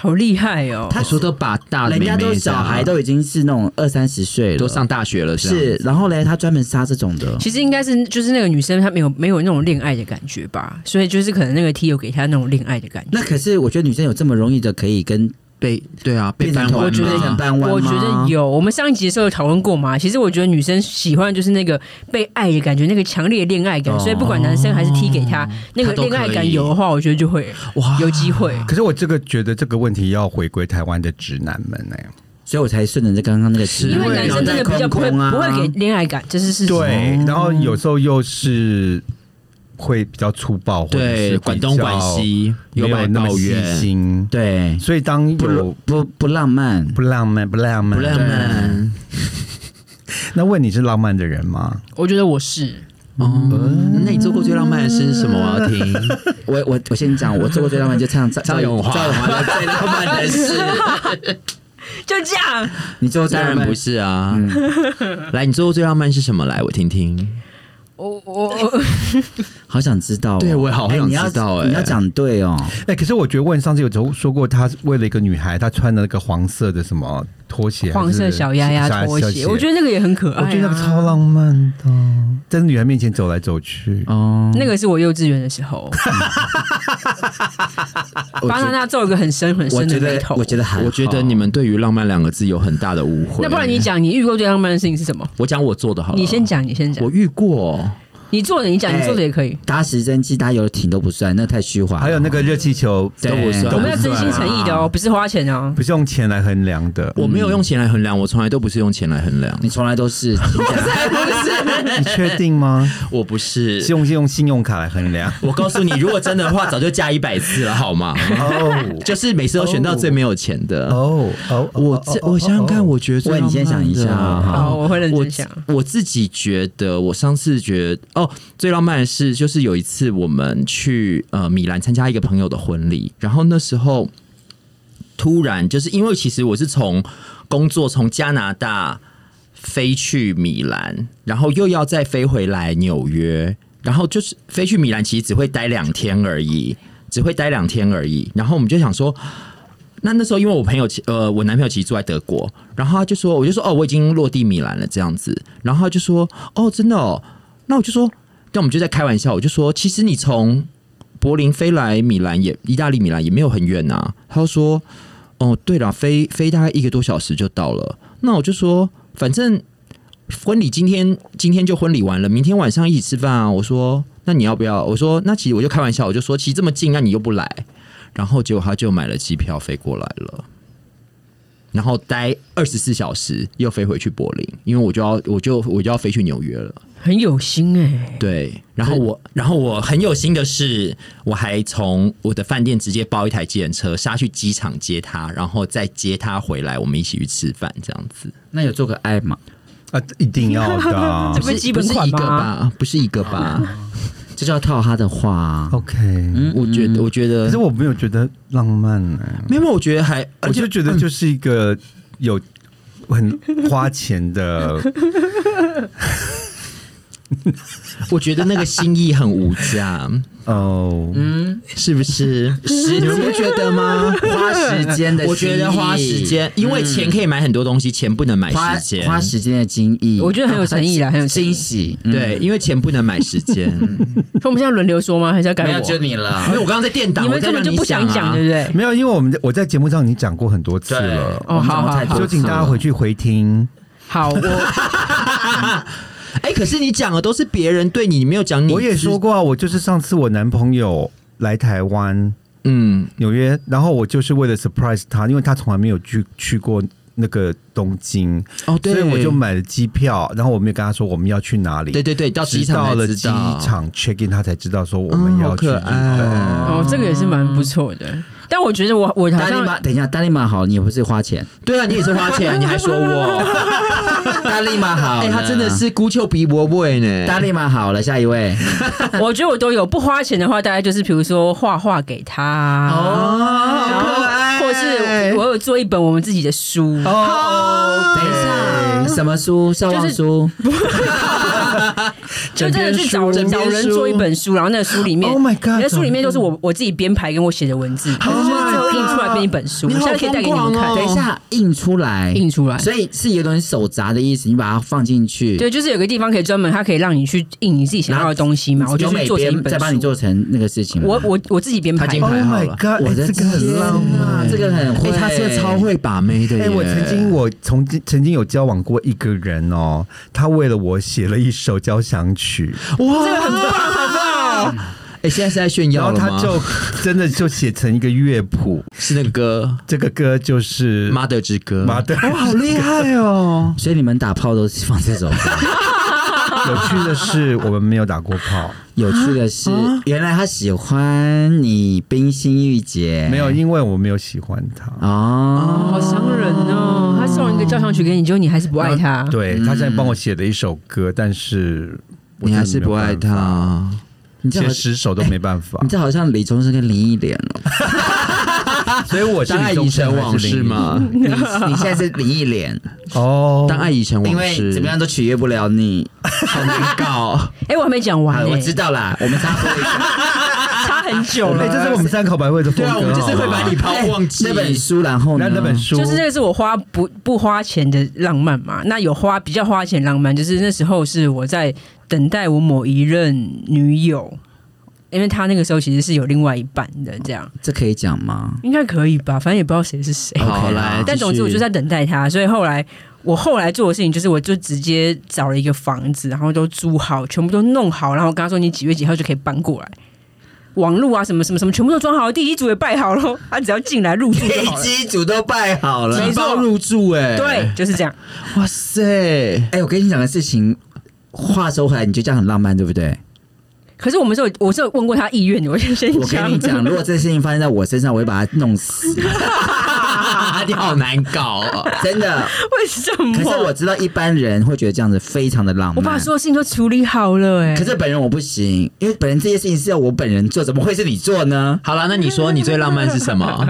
Speaker 4: 好厉害哦！
Speaker 2: 他说都把大的
Speaker 3: 哎，人
Speaker 2: 妹妹
Speaker 3: 家都
Speaker 2: 这
Speaker 3: 小
Speaker 2: 样
Speaker 3: 孩都已经是那种二三十岁了，
Speaker 2: 啊都上大学了，啊这样
Speaker 3: 是，然后嘞，她专门杀这种的。
Speaker 4: 其实应该是就是那个女生她没有没有那种恋爱的感觉吧，所以就是可能那个 T 有给她那种恋爱的感觉。
Speaker 3: 那可是我觉得女生有这么容易的可以跟
Speaker 2: 被对啊被
Speaker 3: 变成
Speaker 2: 翻
Speaker 3: 同
Speaker 2: 完
Speaker 4: 我觉得
Speaker 3: 变成
Speaker 2: 吗？
Speaker 3: 班弯吗？
Speaker 4: 我觉得有，我们上一集的时候有讨论过嘛。其实我觉得女生喜欢就是那个被爱的感觉，那个强烈的恋爱感。所以不管男生还是踢给她，那个
Speaker 2: 她都
Speaker 4: 恋爱
Speaker 2: 可
Speaker 4: 感
Speaker 2: 以
Speaker 4: 有的话，我觉得就会
Speaker 2: 哇
Speaker 4: 有机会。
Speaker 1: 可是我这个觉得这个问题要回归台湾的直男们哎、
Speaker 3: 所以我才顺着这刚刚那个
Speaker 2: 是
Speaker 3: 词，
Speaker 4: 因为男生真的比较不会、
Speaker 3: 脑袋空空啊
Speaker 4: 不会给恋爱感，这是事实。
Speaker 1: 对，然后有时候又是会比较粗暴，或者是
Speaker 2: 对，
Speaker 1: 比较
Speaker 2: 管东管，西，
Speaker 1: 没有
Speaker 2: 有
Speaker 1: 那么
Speaker 2: 抱
Speaker 1: 细
Speaker 2: 怨，
Speaker 1: 心。
Speaker 3: 对
Speaker 1: 所以当有
Speaker 3: 不不不浪漫，
Speaker 1: 不浪漫、不浪漫、
Speaker 2: 不浪漫。
Speaker 1: <laughs> 那问你是浪漫的人吗？
Speaker 4: 我觉得我是
Speaker 2: 哦，那你做过最浪漫的事是什么？我要听。
Speaker 3: 我我我先讲，我做过最浪漫就唱赵
Speaker 2: 赵咏华
Speaker 3: 赵咏华的最浪漫的事。
Speaker 2: <laughs>
Speaker 4: 就这样。
Speaker 3: 你做过最
Speaker 2: 哦当
Speaker 3: 浪
Speaker 2: 然
Speaker 3: 漫
Speaker 2: 不是啊！ <laughs> 来，你做过最浪漫是什么？来，我听听。
Speaker 4: 我我我
Speaker 3: 好想知道哦、
Speaker 2: 对我也好
Speaker 3: 哎
Speaker 2: 想
Speaker 3: 你要
Speaker 2: 知道哎
Speaker 3: 你要讲对哦，
Speaker 1: 哎、可是我觉得问上次有说说过，他为了一个女孩，他穿的那个黄色的什么拖鞋，
Speaker 4: 黄色小鸭鸭拖鞋，我觉
Speaker 1: 得。
Speaker 4: 得那个也很可爱、
Speaker 1: 我
Speaker 4: 啊
Speaker 1: 觉得那个超，浪漫的，在女孩面前走来走去。
Speaker 3: 哦，
Speaker 4: 那个是我幼稚园的时候，巴娜娜皱一个很深很
Speaker 3: 我
Speaker 4: 深
Speaker 3: 觉
Speaker 4: 的眉
Speaker 3: 得
Speaker 4: 头。
Speaker 3: 我觉得还好
Speaker 2: 我觉得你们对于“浪漫”两个字有很大的误会。
Speaker 4: 那不然你讲，你遇过最浪漫的事情是什么？
Speaker 2: 我讲我做的好了，
Speaker 4: 你先。讲，你先讲
Speaker 2: 我。遇过，
Speaker 4: 你做的，你讲，
Speaker 3: 哎
Speaker 4: 你做的也可以。
Speaker 3: 搭时针机、搭游艇都不算，那太虚华了。
Speaker 1: 还有那个热气球，
Speaker 2: 对
Speaker 1: 都不算
Speaker 2: 我
Speaker 4: 我们要真心诚意的哦，不是花钱哦。
Speaker 1: 不是用钱来衡量的。
Speaker 2: 我没有用钱来衡量，我从来都不是用钱来衡量。
Speaker 3: 你从来都是
Speaker 2: <laughs>
Speaker 1: 你确定吗？
Speaker 2: 我不是
Speaker 1: 是，用是用信用卡来衡量。
Speaker 2: 我告诉你，如果真的的话，早就加一百次了，好吗？
Speaker 1: 哦
Speaker 2: 就是每次都选到最没有钱的。
Speaker 1: 哦哦，
Speaker 2: 我这我想想看，我觉得最
Speaker 3: 喂你先想一下
Speaker 2: 浪漫的
Speaker 3: 好
Speaker 4: 好，我会认
Speaker 2: 我
Speaker 4: 真
Speaker 2: 自
Speaker 4: 想。
Speaker 2: 我自己觉得，我上次觉得哦，最浪漫的是，就是有一次我们去呃米兰参加一个朋友的婚礼，然后那时候突然就是因为其实我是从工作从加拿大飞去米兰，然后又要再飞回来纽约，然后就是飞去米兰其实只会待两天而已，只会待两天而已，然后我们就想说。那那时候因为我朋友其呃，我男朋友其实住在德国，然后他就说，我就说哦，我已经落地米兰了这样子，然后他就说哦，真的哦，那我就说，但我们就在开玩笑，我就说，其实你从柏林飞来米兰也，意大利米兰也没有很远啊。他就说，哦，对了，飞飞大概一个多小时就到了。那我就说，反正婚礼今天今天就婚礼完了，明天晚上一起吃饭啊。我说，那你要不要？我说，那其实我就开玩笑，我就说，其实这么近，那你又不来。然后结果他就买了机票飞过来了，然后待二十四小时，又飞回去柏林，因为我就要我就我就要飞去纽约了。
Speaker 4: 很有心哎、
Speaker 2: 对，然后我，然后我很有心的是，我还从我的饭店直接包一台计程车杀去机场接他，然后再接他回来，我们一起去吃饭，这样子。
Speaker 3: 那有做个爱吗？
Speaker 1: 啊，一定要的 <laughs>
Speaker 4: 这。不是基本
Speaker 2: 不是
Speaker 4: 款
Speaker 2: 一个
Speaker 4: 吗？
Speaker 2: 吧？不是一个吧？
Speaker 3: 这就要套他的
Speaker 2: <laughs>
Speaker 3: 话啊、
Speaker 1: OK，
Speaker 2: 我觉
Speaker 4: 嗯
Speaker 2: 得，我觉
Speaker 1: 可
Speaker 2: 得
Speaker 1: 是，我没有觉得浪漫哎、
Speaker 2: 没有，我觉得还，
Speaker 1: 我
Speaker 2: 而且
Speaker 1: 就觉得就是一个有很花钱 <laughs> 的，
Speaker 2: 我觉得那个心意很无价，
Speaker 1: 哦，
Speaker 2: 是不
Speaker 4: <laughs>
Speaker 2: 是？是，你们不觉得吗？
Speaker 3: 花时间的心意，
Speaker 2: 我觉得花时间，因为钱可以买很多东西，钱不能买
Speaker 3: 花
Speaker 2: 时间。
Speaker 3: 花时间的精益，
Speaker 4: 我觉得很有诚意啦很有诚意
Speaker 3: 惊喜。嗯，
Speaker 2: 对，因为钱不能买时间。
Speaker 4: 所以我们现在轮流说吗？还是要改
Speaker 3: 没有
Speaker 4: 我？
Speaker 3: 就你了
Speaker 2: 因。为我刚刚在电档，
Speaker 4: 你们根本就不
Speaker 2: 啊
Speaker 4: 想啊讲，对不
Speaker 2: 对？
Speaker 4: 对？
Speaker 1: 没有，因为我们在我在节目上已经讲过很多次
Speaker 3: 对
Speaker 1: 了，
Speaker 4: 哦好好好
Speaker 1: 就请大家回去回听。
Speaker 4: 好，我
Speaker 2: 哎、可是你讲的都是别人对你，你没有讲你。
Speaker 1: 我也说，过啊，我就是上次我男朋友来台湾
Speaker 2: 嗯，
Speaker 1: 纽约，然后我就是为了 surprise 他，因为他从来没有去去过。那个东京，所
Speaker 2: 哦，对，
Speaker 1: 以我就，买了机票，然后我没有跟他说我们要去哪里，
Speaker 2: 对对对，到机
Speaker 1: 直
Speaker 2: 场
Speaker 1: 到
Speaker 2: 才
Speaker 1: 了
Speaker 2: 知
Speaker 1: 机
Speaker 2: 道。
Speaker 1: 场 check in，他才知道说我
Speaker 2: 嗯
Speaker 1: 们要
Speaker 2: 好
Speaker 1: 去
Speaker 2: 可
Speaker 1: 日本。
Speaker 2: 爱
Speaker 4: 哦，这个也是蛮不错的。但我觉得我我好
Speaker 3: 大力
Speaker 4: 像
Speaker 3: 马，等一下，大力马好，你也不是花钱，
Speaker 2: 对啊，你也是花
Speaker 4: <laughs>
Speaker 2: 钱，你还说
Speaker 3: <laughs>
Speaker 2: 我，
Speaker 3: 大力马好，
Speaker 2: 哎、他真的。是孤丘比伯味呢。
Speaker 3: 大力马好了，下一位。
Speaker 2: 哎
Speaker 4: 我觉得我都有不花钱的话，大概就是比如说画画给他，啊
Speaker 2: 哦
Speaker 4: 然后
Speaker 2: 哎
Speaker 4: 或是我有做一本我们自己的书，
Speaker 1: 哦，
Speaker 3: 等一下，什么书？笑忘书。
Speaker 4: 哦就真的去找人找人做一本书，然后那个书里面
Speaker 1: Oh my God，
Speaker 4: 那书里面都是我我自己编排跟我写的文字，可是就是最后印出来变一本书，
Speaker 2: 你
Speaker 4: 我
Speaker 2: 好
Speaker 4: 现在可以带给你们
Speaker 2: 疯狂
Speaker 4: 看
Speaker 2: 哦，
Speaker 3: 等一下，印出来，
Speaker 4: 印出来。
Speaker 3: 所以是有点手札的意思，你把它放进去，
Speaker 4: 对，就是有个地方可以专门，它可以让你去印你自己想要的东西嘛。我就
Speaker 3: 由
Speaker 4: 去
Speaker 3: 美
Speaker 4: 做成一
Speaker 3: 编
Speaker 4: 本
Speaker 3: 再帮你
Speaker 4: 书。
Speaker 3: 做成那个事情吗。
Speaker 4: 我我我自己编排
Speaker 2: 他，进
Speaker 1: ，Oh
Speaker 2: 排好
Speaker 1: my
Speaker 2: 了
Speaker 1: God，
Speaker 3: 我
Speaker 1: 哎
Speaker 3: 的
Speaker 1: 这个很浪漫
Speaker 3: 啊，这个很
Speaker 2: 哎、
Speaker 3: 会，
Speaker 2: 他真的超会把妹的耶！
Speaker 1: 哎、我曾经我曾经曾经有交往过一个人哦，他为了我写了一首交响曲，
Speaker 2: 哇，这个很棒，好不好？哎、现在是在炫
Speaker 1: 然
Speaker 2: 耀
Speaker 1: 后
Speaker 2: 了吗？
Speaker 1: 他就真的就写成一个乐谱。
Speaker 2: 是那个歌
Speaker 1: 这个歌就是
Speaker 2: 《Mother 之歌》，
Speaker 1: 妈的，
Speaker 2: 哦，好厉害哦！
Speaker 3: 所以你们打炮都是放这首歌。
Speaker 1: <laughs> 有趣的是我们没有打过
Speaker 2: <laughs>
Speaker 1: 炮，
Speaker 3: 有趣的是，原来他喜欢你冰心玉洁，
Speaker 2: 哎
Speaker 1: 没有，因为我没有喜欢他。
Speaker 3: 哦，
Speaker 4: 好伤人哦！他送一个交响曲给你，结果你还是不爱他。
Speaker 1: 哦对他现在帮我写了一首歌，但是我
Speaker 2: 你还
Speaker 1: 真的
Speaker 2: 是
Speaker 1: 没有
Speaker 2: 不爱
Speaker 1: 办法，
Speaker 2: 他，
Speaker 3: 你这
Speaker 1: 写
Speaker 3: 好，啊
Speaker 1: 十首都没办法
Speaker 3: <laughs> 你。这好像李宗盛跟林忆莲哦。
Speaker 1: <laughs> 所以我是
Speaker 2: 当
Speaker 1: 李
Speaker 2: 爱已
Speaker 1: 宗
Speaker 2: 成
Speaker 1: 盛
Speaker 2: 往
Speaker 1: 还是
Speaker 2: 事
Speaker 1: 林忆
Speaker 2: 嘛，
Speaker 3: 你你现在是林忆莲，
Speaker 1: 哦，
Speaker 4: 嗯
Speaker 2: 当爱已成
Speaker 3: 因
Speaker 2: 往
Speaker 3: 为
Speaker 2: 事，
Speaker 3: 怎么样都取悦不了你。
Speaker 2: 好难搞。
Speaker 4: 哎、我还没讲完、
Speaker 3: 好
Speaker 4: 呢，
Speaker 3: 我知道啦，我们差不多已经。
Speaker 4: 差很久了。
Speaker 1: 哎，这是我们三口百惠的风
Speaker 2: 对
Speaker 1: 格，
Speaker 2: 啊，我们就是会把你抛忘记。
Speaker 3: 那本书，然后呢？
Speaker 1: 那那本书
Speaker 4: 就是这个是我花不不花钱的浪漫嘛。那有花比较花钱浪漫，就是那时候是我在等待我某一任女友，因为她那个时候其实是有另外一半的，这样
Speaker 3: 这可以讲吗？
Speaker 4: 应该可以吧？反正也不知道谁是谁。
Speaker 2: 好
Speaker 3: OK 啦
Speaker 2: 来，
Speaker 4: 但总之我就在等待他，所以后来我后来做的事情就是，我就直接找了一个房子，然后都租好，全部都弄好，然后我跟他说你几月几号就可以搬过来。网路啊，什么什么什么，全部都装好了，第一组也拜好了，他只要进来入住就
Speaker 3: <laughs>
Speaker 4: 好了。
Speaker 3: 哎机组都拜好了
Speaker 4: 没
Speaker 2: 情
Speaker 4: 错
Speaker 2: 报入住，哎，
Speaker 4: 对，，就是这样。
Speaker 2: 哇塞，
Speaker 3: 哎、我跟你讲个事情，话说回来，你觉得这样很浪漫，对不对？
Speaker 4: 可是我们是有，我是有问过他意愿的，我就先
Speaker 3: <laughs> 我跟你讲，如果这事情发生在我身上，我会把它弄死，
Speaker 2: <laughs> 你好难搞哦。
Speaker 3: 真的。
Speaker 4: <laughs> 为什么？
Speaker 3: 可是我知道一般人会觉得这样子非常的浪漫。
Speaker 4: 我把所有事情都处理好了、哎，
Speaker 3: 可
Speaker 4: <laughs>
Speaker 3: 是本人我不行，因为本人这些事情是要我本人做，怎么会是你做呢？
Speaker 2: 好了，那你说你最浪漫是什么？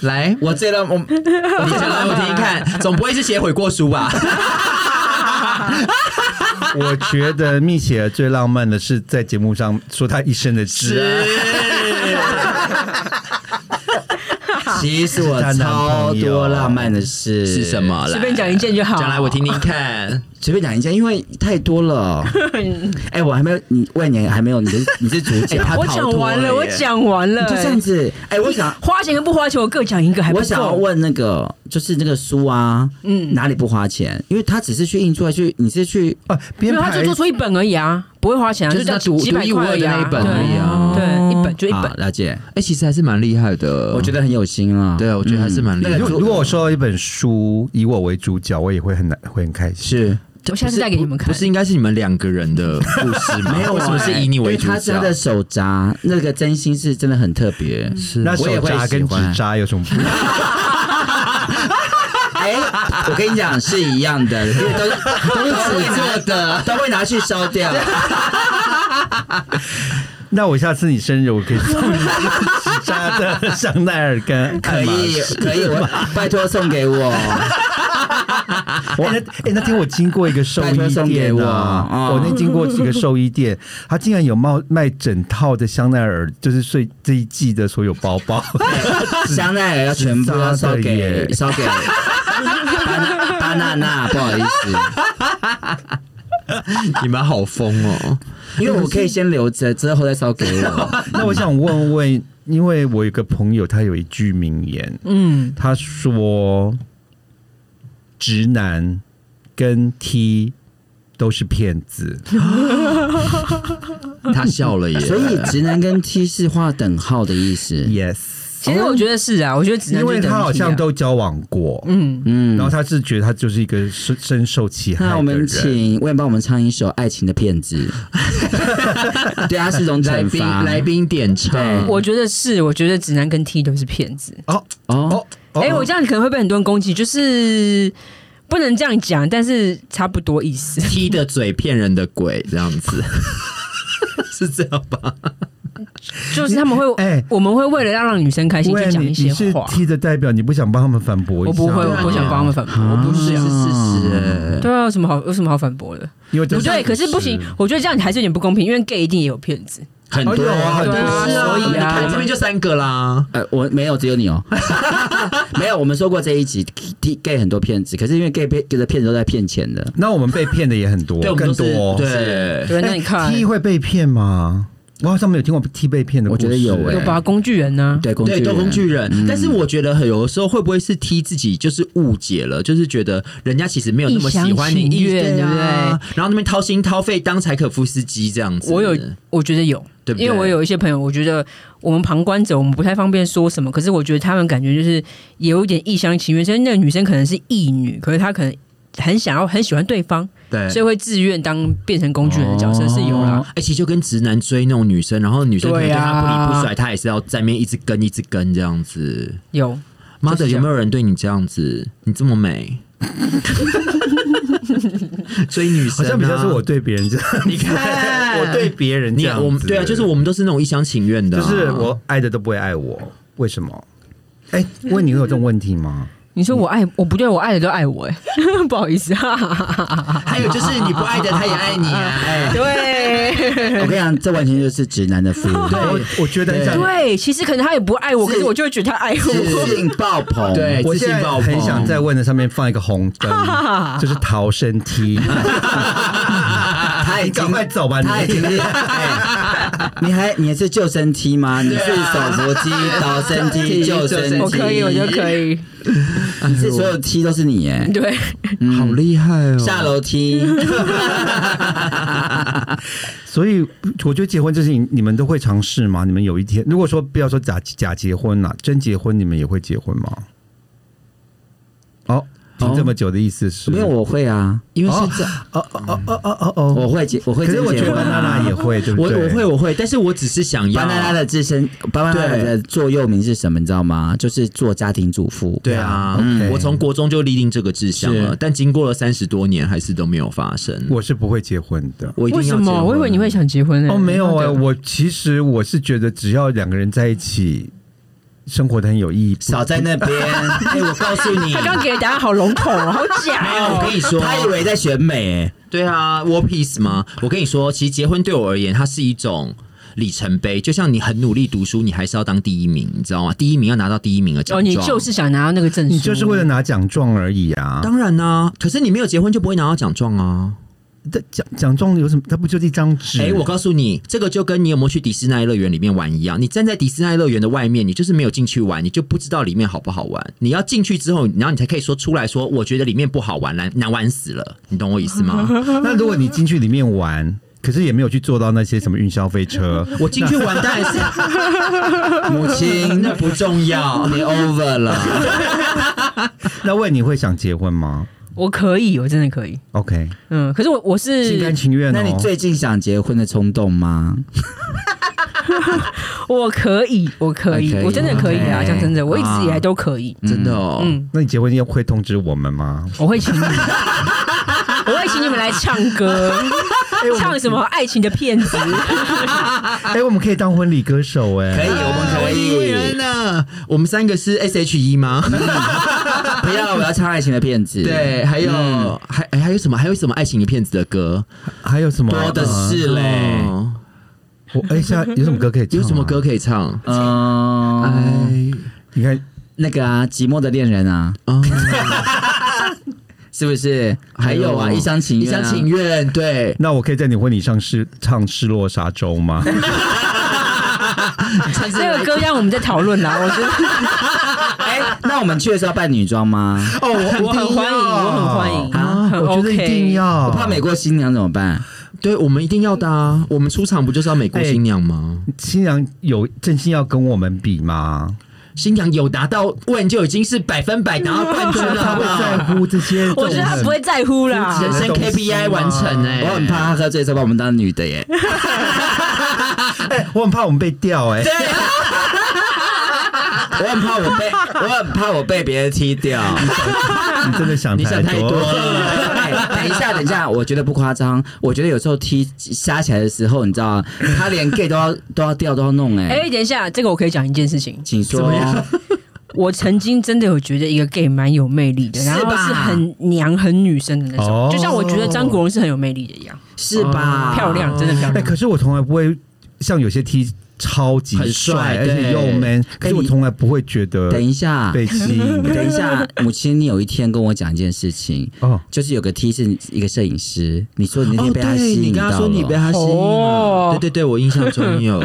Speaker 2: 来，
Speaker 3: 我最浪，
Speaker 4: <laughs>
Speaker 3: 我
Speaker 2: 你讲来我听听看，总不会是写悔过书吧？
Speaker 1: 我觉得蜜雪儿最浪漫的是在节目上说她一生的汁、啊，
Speaker 3: 其实我超多浪漫的事
Speaker 2: 是什？么？来
Speaker 4: 随便讲一件就好。
Speaker 2: 讲来我听听
Speaker 4: <laughs>
Speaker 2: 看。
Speaker 3: 随便讲一下，因为太多了。哎、我还没有，你问你还没有，你是你是主
Speaker 4: <laughs>
Speaker 3: 角，
Speaker 2: 他
Speaker 4: 我
Speaker 2: 逃
Speaker 4: 讲
Speaker 2: 脱
Speaker 4: 完
Speaker 2: 了
Speaker 4: 了，我
Speaker 2: 耶
Speaker 4: 讲完了、
Speaker 3: 就这样子。哎、我想
Speaker 4: 哎花钱跟不花钱，我各讲一个，还不
Speaker 3: 我想要
Speaker 4: 够。
Speaker 3: 问那个，就是那个书啊，嗯，哪里不花钱？因为他只是去印出来，去你是去
Speaker 1: 啊，
Speaker 4: 没
Speaker 1: 编
Speaker 4: 有，他就
Speaker 1: 排
Speaker 4: 做出一本而已啊，不会花钱啊，
Speaker 2: 就是
Speaker 4: 这样
Speaker 2: 那独
Speaker 4: 几百
Speaker 2: 独一无
Speaker 4: 块
Speaker 2: 二的那一本
Speaker 4: 对
Speaker 2: 而已啊
Speaker 4: 对，一本就一
Speaker 3: 好
Speaker 4: 本。
Speaker 3: 了解，
Speaker 2: 哎，其实还是蛮厉害的，
Speaker 3: 我觉
Speaker 2: 得。
Speaker 3: 得很有心啊。
Speaker 2: 对，我觉得还是蛮厉害
Speaker 4: 嗯
Speaker 2: 的。
Speaker 1: 如果如果我收到一本书，以我为主角，我也会很难，会很开心。
Speaker 3: 是
Speaker 4: 我下次带给你们看。
Speaker 2: 不是应该是你们两个人的故事吗？
Speaker 3: 没有
Speaker 2: 为什么是以你为主 <laughs>
Speaker 3: 因为他是
Speaker 2: 角
Speaker 3: 他？的手札，那个真心是真的很特别。
Speaker 2: 是
Speaker 1: 那
Speaker 3: 我也
Speaker 1: 手
Speaker 3: 会
Speaker 1: 札
Speaker 3: 喜
Speaker 1: 跟
Speaker 3: 欢
Speaker 1: 纸扎有什么不一样？
Speaker 3: 哎，我跟你讲是一样的，因为都是都是纸做 <laughs> 的，都会拿去烧掉。
Speaker 1: 那我下次你生日，我可以送你一个纸扎的香奈儿跟
Speaker 3: 可
Speaker 1: 爱马
Speaker 3: 以
Speaker 1: 仕
Speaker 3: 可以，我拜托送给我。
Speaker 1: 我 <laughs> 哎、那哎那天我经过一个兽
Speaker 3: 拜托
Speaker 1: 医
Speaker 3: 送给
Speaker 1: 店
Speaker 3: 我
Speaker 1: 啊，
Speaker 3: 啊
Speaker 1: 我那经过几个兽医店，他竟然有卖卖整套的香奈儿，就是最这一季的所有包包。 <laughs>
Speaker 3: 香奈儿要全部要烧给
Speaker 1: 纸
Speaker 3: <laughs> 烧给巴娜巴娜娜，不好意思。
Speaker 2: 你们好疯哦！
Speaker 3: 因为我可以先留着，之后再烧给我。
Speaker 1: 那我想问问，因为我有个朋友，他有一句名言，
Speaker 4: 嗯，
Speaker 1: 他说：“直男跟 T 都是骗
Speaker 3: <laughs>
Speaker 1: 子。
Speaker 2: 他笑了耶，
Speaker 3: 所以直男跟 T 是画等号的意思。
Speaker 1: ”Yes，
Speaker 4: 其实我觉得是啊，我觉得只能
Speaker 1: 因为
Speaker 4: 就
Speaker 1: 他
Speaker 4: 等
Speaker 1: 好
Speaker 4: 于这
Speaker 1: 像
Speaker 4: 样
Speaker 1: 都交往过，
Speaker 4: 嗯，
Speaker 3: 嗯
Speaker 1: 然后他是觉得他就是一个深深受其害的
Speaker 3: 那
Speaker 1: 人。
Speaker 3: 我们请魏帮我们唱一首《爱情的
Speaker 2: <laughs>
Speaker 3: 骗子》，对，它是一种
Speaker 2: 来
Speaker 3: 惩
Speaker 2: 宾
Speaker 3: 罚。
Speaker 2: 来宾点唱，
Speaker 4: 我觉得是，我觉得直男跟 T 都是骗子。
Speaker 1: 哦
Speaker 3: 哦，
Speaker 1: 哦哦，
Speaker 4: 哎、我这样可能会被很多人攻击，就是不能这样讲，但是差不多
Speaker 1: <laughs>
Speaker 4: 意思。
Speaker 2: 踢的嘴骗人的鬼这样子， <laughs> 是这样吧？
Speaker 4: 就是他们会，
Speaker 1: 哎
Speaker 4: 我们会为了要让女生开心，
Speaker 1: 喂
Speaker 4: 就讲一些
Speaker 1: 你你是
Speaker 4: 话。
Speaker 1: T 的代表，你不想帮他们反驳一
Speaker 4: 我
Speaker 1: 下？
Speaker 4: 不会，我不想帮他们反驳，我不是
Speaker 2: 是
Speaker 4: 啊。
Speaker 2: 是事实，
Speaker 4: 对啊，有什么好有什么好反驳的？
Speaker 1: 因为啊这
Speaker 4: 不对，
Speaker 1: 是
Speaker 4: 可是不行，我觉得这样还是有点不公平，因为 gay 一定也有骗子。
Speaker 3: 很
Speaker 1: 哎
Speaker 3: 多
Speaker 1: 呦
Speaker 3: 啊
Speaker 1: 很多
Speaker 4: 对啊
Speaker 1: 是
Speaker 4: 所以啊
Speaker 2: 我们这边就三个啦。
Speaker 3: 呃，我没有，只有你哦。 <laughs> 没有，我们说过这一集，T gay 很多骗子，可是因为 gay 被 gay 的骗子都在骗钱的，
Speaker 1: 那我们被骗的也很多
Speaker 2: 对，我，们
Speaker 1: 更
Speaker 2: 都是
Speaker 1: 多。
Speaker 2: 对，哎
Speaker 4: 对，啊那你看，
Speaker 1: T
Speaker 4: 有
Speaker 1: 哎会被骗吗？我好像没有听过 T 被骗的故事。
Speaker 3: 我觉得有哎
Speaker 4: 吧？工具人啊嗯呢？
Speaker 3: 对，工具
Speaker 2: 对，都
Speaker 3: 人
Speaker 2: 工具人。但是我觉得很有的时候会不会是踢自己，就是误解了，就是觉得人家其实没有那么喜欢你，
Speaker 4: 一厢情愿
Speaker 2: 对啊
Speaker 4: 对？
Speaker 2: 然后那边掏心掏肺当柴可夫斯基这样子。
Speaker 4: 我有，我觉得有，
Speaker 2: 对不对
Speaker 4: 因为我有一些朋友，我觉得我们旁观者，我们不太方便说什么，可是我觉得他们感觉就是也有一点一厢情愿，所以那个女生可能是异女，可是她可能很想要很喜欢对方，
Speaker 2: 对，
Speaker 4: 所以会自愿当变成工具人的角色是有啦
Speaker 3: 哦。
Speaker 2: 而且就跟直男追那种女生，然后女生可能对
Speaker 4: 对啊
Speaker 2: 他不理不甩，他也是要在面一直跟一直跟这样子。
Speaker 4: 有，
Speaker 2: 妈
Speaker 4: 就
Speaker 2: 的，
Speaker 4: 是
Speaker 2: 有
Speaker 4: 这样
Speaker 2: 没有人对你这样子？你这么美，追女
Speaker 1: 好
Speaker 2: 生、啊、
Speaker 1: 像比较是我哎对别人这样，
Speaker 2: 你看
Speaker 1: 我对别人这
Speaker 2: 你
Speaker 1: 样子
Speaker 2: 啊
Speaker 1: 啊
Speaker 2: 我们对啊，就是我们都是那种一厢情愿
Speaker 1: <laughs>
Speaker 2: 的、
Speaker 1: 就是我爱的都不会爱我，为什么？哎、问你有这种问题吗？
Speaker 4: 你说我爱我不对，我爱的都爱我， <laughs> 哎，不好意思
Speaker 2: <laughs>
Speaker 4: 啊。
Speaker 2: 还有就是你不爱的他也爱你啊，
Speaker 4: 对
Speaker 3: 我跟你讲，这完全就是直男的服
Speaker 2: <laughs>
Speaker 3: 务，
Speaker 1: 我哎我觉得这样，
Speaker 4: 对，其实可能他也不爱我，可是我就会觉得他爱我。
Speaker 3: 自
Speaker 4: <laughs>
Speaker 3: 信爆棚，
Speaker 2: 对
Speaker 1: 我
Speaker 2: 自
Speaker 1: 现
Speaker 2: 信
Speaker 1: 在
Speaker 2: 爆棚
Speaker 1: 很想在问的上面放一个红灯，
Speaker 4: <laughs>
Speaker 1: <laughs> 就是逃生梯。
Speaker 3: <laughs> 他已
Speaker 1: 你
Speaker 3: 经
Speaker 1: 赶快走吧，
Speaker 3: 他已
Speaker 1: 你
Speaker 3: 经是，哎你还你还是救生梯吗？你是手扶梯、倒升梯、救生梯，
Speaker 4: 我可以，我就可以。
Speaker 3: 你是所有梯都是你耶，
Speaker 4: 对，
Speaker 2: 好厉害哦
Speaker 3: 下楼梯，
Speaker 1: <laughs> 所以我觉得结婚这事情，你们都会尝试吗？你们有一天，如果说不要说假假结婚啦，真结婚，你们也会结婚吗？哦，听这么久的意思是，
Speaker 3: <laughs> 没有我会啊，
Speaker 2: <laughs> 因为是这样，
Speaker 1: 哦哦哦哦哦哦，
Speaker 3: 我会结，我会
Speaker 1: 可是
Speaker 3: 真
Speaker 1: 我觉
Speaker 3: 结
Speaker 1: 得
Speaker 3: 婚
Speaker 1: 娜娜
Speaker 3: 啊。
Speaker 1: 也会，对不
Speaker 2: 我
Speaker 1: 对？
Speaker 2: 我会我会，但是我只是想要
Speaker 3: 巴娜拉的自身，巴娜拉
Speaker 2: 对
Speaker 3: 的座右铭是什么？你知道吗？就是做家庭主妇。
Speaker 2: 对啊，
Speaker 1: 嗯
Speaker 2: 我从国中就立定这个志向了
Speaker 3: 是，
Speaker 2: 但经过了三十多年，还是都没有发生。
Speaker 1: 我是不会结婚的。
Speaker 2: 我一定
Speaker 4: 为
Speaker 2: 要结
Speaker 4: 什么？
Speaker 2: 婚啊
Speaker 4: 我以为你会想结婚呢。
Speaker 3: 嗯
Speaker 4: 欸
Speaker 1: 哦，没有哎、我其实我是觉得，只要两个人在一起，生活的很有意义。
Speaker 3: 少在那边， <laughs> 哎，我告诉你
Speaker 4: 他，刚刚给的答案好笼统哦，好
Speaker 2: <laughs>
Speaker 4: 假
Speaker 2: 没有，我
Speaker 4: 哦。
Speaker 2: 跟你说，
Speaker 3: 他以为在选美，哎
Speaker 2: 对啊，war peace 吗？我跟你说，其实结婚对我而言，它是一种。里程碑，就像你很努力读书，你还是要当第一名，你知道吗？第一名要拿到第一名的奖
Speaker 4: 哦，
Speaker 2: 状。
Speaker 4: 你就是想拿到那个证书，
Speaker 1: 你就是为了拿奖状而已啊！
Speaker 2: 当然啦、可是你没有结婚就不会拿到奖状啊。
Speaker 1: 但奖奖状有什么？它不就是一张纸？
Speaker 2: 哎、我告诉你，这个就跟你有没有去迪士尼乐园里面玩一样，你站在迪士尼乐园的外面，你就是没有进去玩，你就不知道里面好不好玩。你要进去之后，然后你才可以说出来说，我觉得里面不好玩，难难玩死了，你懂我意思吗？
Speaker 1: 那如果你进去里面玩，可是也没有去坐到那些什么云霄飞车，
Speaker 2: 我进去玩当然是
Speaker 3: 母亲，
Speaker 2: 那不重
Speaker 3: <laughs>
Speaker 2: 要。
Speaker 3: 你 over 了。
Speaker 1: 那问你会想结婚吗
Speaker 4: 我可以，我真的可以。
Speaker 1: ？OK，
Speaker 4: 嗯，可是我我是
Speaker 1: 心甘情愿哦。
Speaker 3: 那你最近想结婚的冲动吗？ <laughs>
Speaker 4: 我可以，我可以
Speaker 3: 还可，以
Speaker 4: 我真的可以啊！
Speaker 3: OK
Speaker 4: 讲真的，我一直以来都可以。
Speaker 2: 真的
Speaker 4: <laughs>
Speaker 2: 哦，
Speaker 4: 嗯，
Speaker 1: 那你结婚要会通知我们吗？
Speaker 4: 我会请你们，我会请你们来唱歌，唱什么爱情的骗子？
Speaker 1: 哎、我们可以当婚礼歌手哎、
Speaker 3: 可以，我们可以。
Speaker 2: 呢？我们三个是 S H E 吗？
Speaker 3: 不要，我要唱爱情的骗子。
Speaker 2: <laughs>
Speaker 3: 嗯
Speaker 2: 对，还有、还哎还有什么？还有什么爱情的骗子的歌？
Speaker 1: 还有什么
Speaker 3: 多的是嘞。
Speaker 2: 哦
Speaker 1: 我哎，现在有什么歌可以唱、
Speaker 2: 有什么歌？可以唱？
Speaker 3: 嗯，
Speaker 2: 哎，
Speaker 1: 你看，
Speaker 3: 那个啊，寂寞的恋人啊，
Speaker 2: <laughs> 哦
Speaker 3: 是不是？还有啊，一厢情
Speaker 2: 哎哦一
Speaker 3: 愿啊，
Speaker 2: 厢情愿，对，
Speaker 1: 那我可以在你婚礼上是唱《失落沙洲》吗？
Speaker 4: 这个歌让我们在讨论啦，我觉得
Speaker 3: 哎，那我们去的时候要扮女装吗？
Speaker 2: <laughs> 哦，我
Speaker 4: 我很欢迎，我很欢迎
Speaker 1: 哎啊，
Speaker 4: 很
Speaker 1: 我觉得
Speaker 4: OK
Speaker 1: 一定要。
Speaker 3: 我怕美国新娘怎么办？
Speaker 2: 对，我们一定要的啊！我们出场不就是要美国新娘吗？
Speaker 1: 新娘有真心要跟我们比吗？
Speaker 2: <laughs> 新娘有达到问就已经是百分百拿到冠军了，
Speaker 1: 她
Speaker 2: 好
Speaker 1: 会
Speaker 2: 不好 <laughs>
Speaker 1: 在乎这些？
Speaker 4: 嗯我觉得他不会在乎啦。
Speaker 2: 人生
Speaker 1: 这种东西
Speaker 2: KPI
Speaker 1: 吗
Speaker 2: 完成哎、
Speaker 3: 我很怕他喝醉之后把我们当女的耶。
Speaker 1: 哎，我很怕我们被吊哎。
Speaker 4: 啊
Speaker 3: 我很怕我被，我很怕我被别人踢掉。
Speaker 1: 你真的想
Speaker 2: 你想太
Speaker 1: 多
Speaker 2: 多了。
Speaker 3: 哎等一下，等一下，我觉得不夸张，我觉得有时候踢瞎起来的时候，你知道，他连 gay 都要都要掉都要弄哎、
Speaker 4: 哎，等一下，这个我可以讲一件事情。
Speaker 3: 请说，
Speaker 4: 我曾经真的有觉得一个 gay 蛮有魅力的，
Speaker 3: 是
Speaker 4: 然
Speaker 3: 吧
Speaker 4: 后是很娘、很女生的那
Speaker 1: 哦
Speaker 4: 种，就像我觉得张国荣是很有魅力的一样，
Speaker 3: 是吧？
Speaker 4: 哦漂亮，真的漂
Speaker 1: 哎，
Speaker 4: 亮。
Speaker 1: 可是我从来不会像有些 T 超级
Speaker 3: 很
Speaker 1: 帅，
Speaker 3: 帅
Speaker 1: 而且
Speaker 3: 对哎
Speaker 1: 又 man，可是我从来不会觉得
Speaker 3: 等一下，
Speaker 1: 被吸引。
Speaker 3: <laughs> 等一下，母亲，你有一天跟我讲一件事情，
Speaker 1: 哦，
Speaker 3: 就是有个 T 是一个摄影师，你说你那
Speaker 2: 哦，
Speaker 3: 天被他吸
Speaker 2: 对你
Speaker 3: 引
Speaker 2: 刚
Speaker 3: 到
Speaker 2: 刚
Speaker 3: 了，
Speaker 2: 说你被他吸引了，
Speaker 4: 哦
Speaker 2: 对对对，我印象中 <laughs> 有。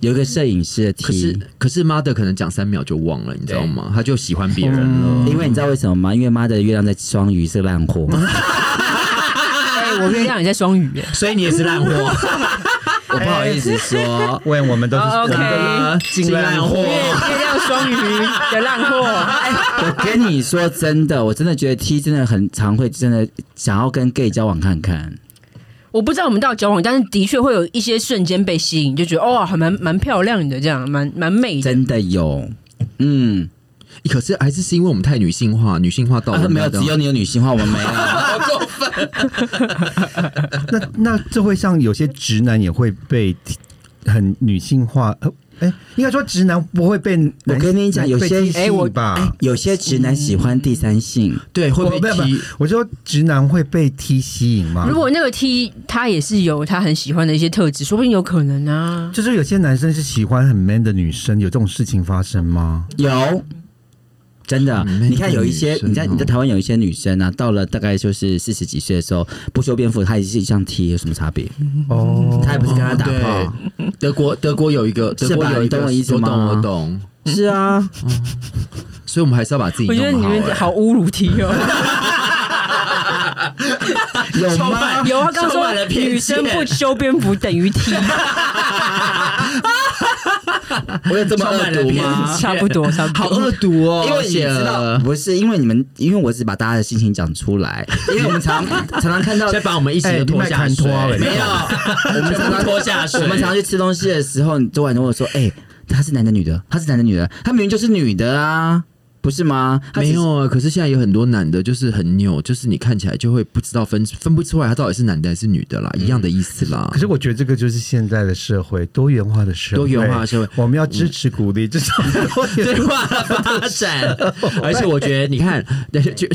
Speaker 3: 有一个摄影师的
Speaker 2: 可是
Speaker 3: T。
Speaker 2: 可是妈的可能讲三秒就忘了，你知道吗？他就喜欢别人了。
Speaker 3: 因为你知道为什么吗？因为妈的月亮在双鱼是烂 <laughs> 货，
Speaker 4: 哎，我月亮也在双语耶，
Speaker 2: 所以你也是烂货，
Speaker 3: <laughs> 我不好意思说。
Speaker 1: 喂，我们都是
Speaker 4: 哦，OK
Speaker 1: 我们都
Speaker 2: 呃金烂货
Speaker 3: <laughs>
Speaker 4: 月。月亮双鱼的烂货。
Speaker 3: 哎，我跟你说真的，我真的觉得 T 真的很常会真的想要跟 gay 交往看看。
Speaker 4: 我不知道我们到交往，但是的确会有一些瞬间被吸引，就觉得哦，还蛮蛮漂亮的，这样蛮蛮美的。
Speaker 3: 真的有，嗯，
Speaker 2: 可是还是是因为我们太女性化，女性化到我
Speaker 3: 啊、
Speaker 2: 们
Speaker 3: 没有，
Speaker 2: 要这
Speaker 3: 只
Speaker 2: 样
Speaker 3: 有你有女性化，我们没有。
Speaker 1: 那那这会像有些直男也会被 T- 很女性化，呃哎，应该说直男不会被男，
Speaker 3: 我跟你讲有些
Speaker 1: 被踢
Speaker 4: 哎我
Speaker 1: 戏吧，
Speaker 3: <laughs> 哎，有些直男喜欢第三性，
Speaker 2: 对，会
Speaker 1: 我
Speaker 2: 被
Speaker 1: 不不
Speaker 2: 踢。，
Speaker 1: 我说直男会被 T 吸引吗
Speaker 4: 如？果那个 T 他也是有他很喜欢的一些特质，说不定有可能啊。
Speaker 1: 就是有些男生是喜欢很 man 的女生，有这种事情发生吗？
Speaker 3: 有。真的，
Speaker 2: 嗯那
Speaker 3: 你看
Speaker 2: 个
Speaker 3: 有一
Speaker 2: 女
Speaker 3: 些
Speaker 2: 生
Speaker 3: 你在你在
Speaker 2: 哦
Speaker 3: 台湾有一些女生啊，到了大概就是四十几岁的时候，不修边幅，她也是一样 T，有什么差别？
Speaker 1: 哦，
Speaker 3: 她也不是跟他打炮，
Speaker 2: 哦对，德国德国有一个，
Speaker 3: 是
Speaker 2: 德国
Speaker 3: 吧
Speaker 2: 有一个，
Speaker 3: 你懂我意思吗
Speaker 2: 懂，我懂。
Speaker 3: 是啊，
Speaker 2: 所以我们还是要把自己
Speaker 4: 我觉得你
Speaker 2: 弄好、
Speaker 4: 们
Speaker 2: 欸。
Speaker 4: 好侮辱 T 哦，
Speaker 3: 有
Speaker 2: 充
Speaker 3: 吗
Speaker 2: 满？
Speaker 4: 有啊，刚刚
Speaker 2: 充满了
Speaker 4: 说
Speaker 2: 偏见
Speaker 4: 女生不修边幅等于 T，
Speaker 3: 我有这么恶毒吗？
Speaker 4: 差不多，差不多。
Speaker 2: 好恶毒哦！
Speaker 3: 因为你
Speaker 2: 谢
Speaker 3: 知道，
Speaker 2: 了
Speaker 3: 啊不是因为你们，因为我只把大家的心情讲出来，因为我们
Speaker 4: <laughs>
Speaker 3: 常常常看到，
Speaker 2: 先把我们一起
Speaker 1: 哎
Speaker 2: 就拖
Speaker 1: 你卖
Speaker 2: 下
Speaker 1: 砍
Speaker 2: 水，
Speaker 1: 拖了
Speaker 2: 没有，啊我们
Speaker 3: 常
Speaker 2: 常
Speaker 3: 常
Speaker 2: 常拖下水，
Speaker 3: 我们常常去吃东西的时候，你昨晚跟我说，哎、他是男的女的，他是男的女的，他明明就是女的啊，不是吗？他只
Speaker 2: 没
Speaker 3: 是
Speaker 2: 有啊，可是现在有很多男的，就是很扭，就是你看起来就会不知道分分不出来他到底是男的还是女的啦，一样的意思啦
Speaker 1: 可。是我觉得这个就是现在的社会多元化的社会，
Speaker 2: 多元化的社会
Speaker 1: 我们要支持鼓励这种多元
Speaker 2: 对话的发展，而且我觉得，你看， <laughs> 对就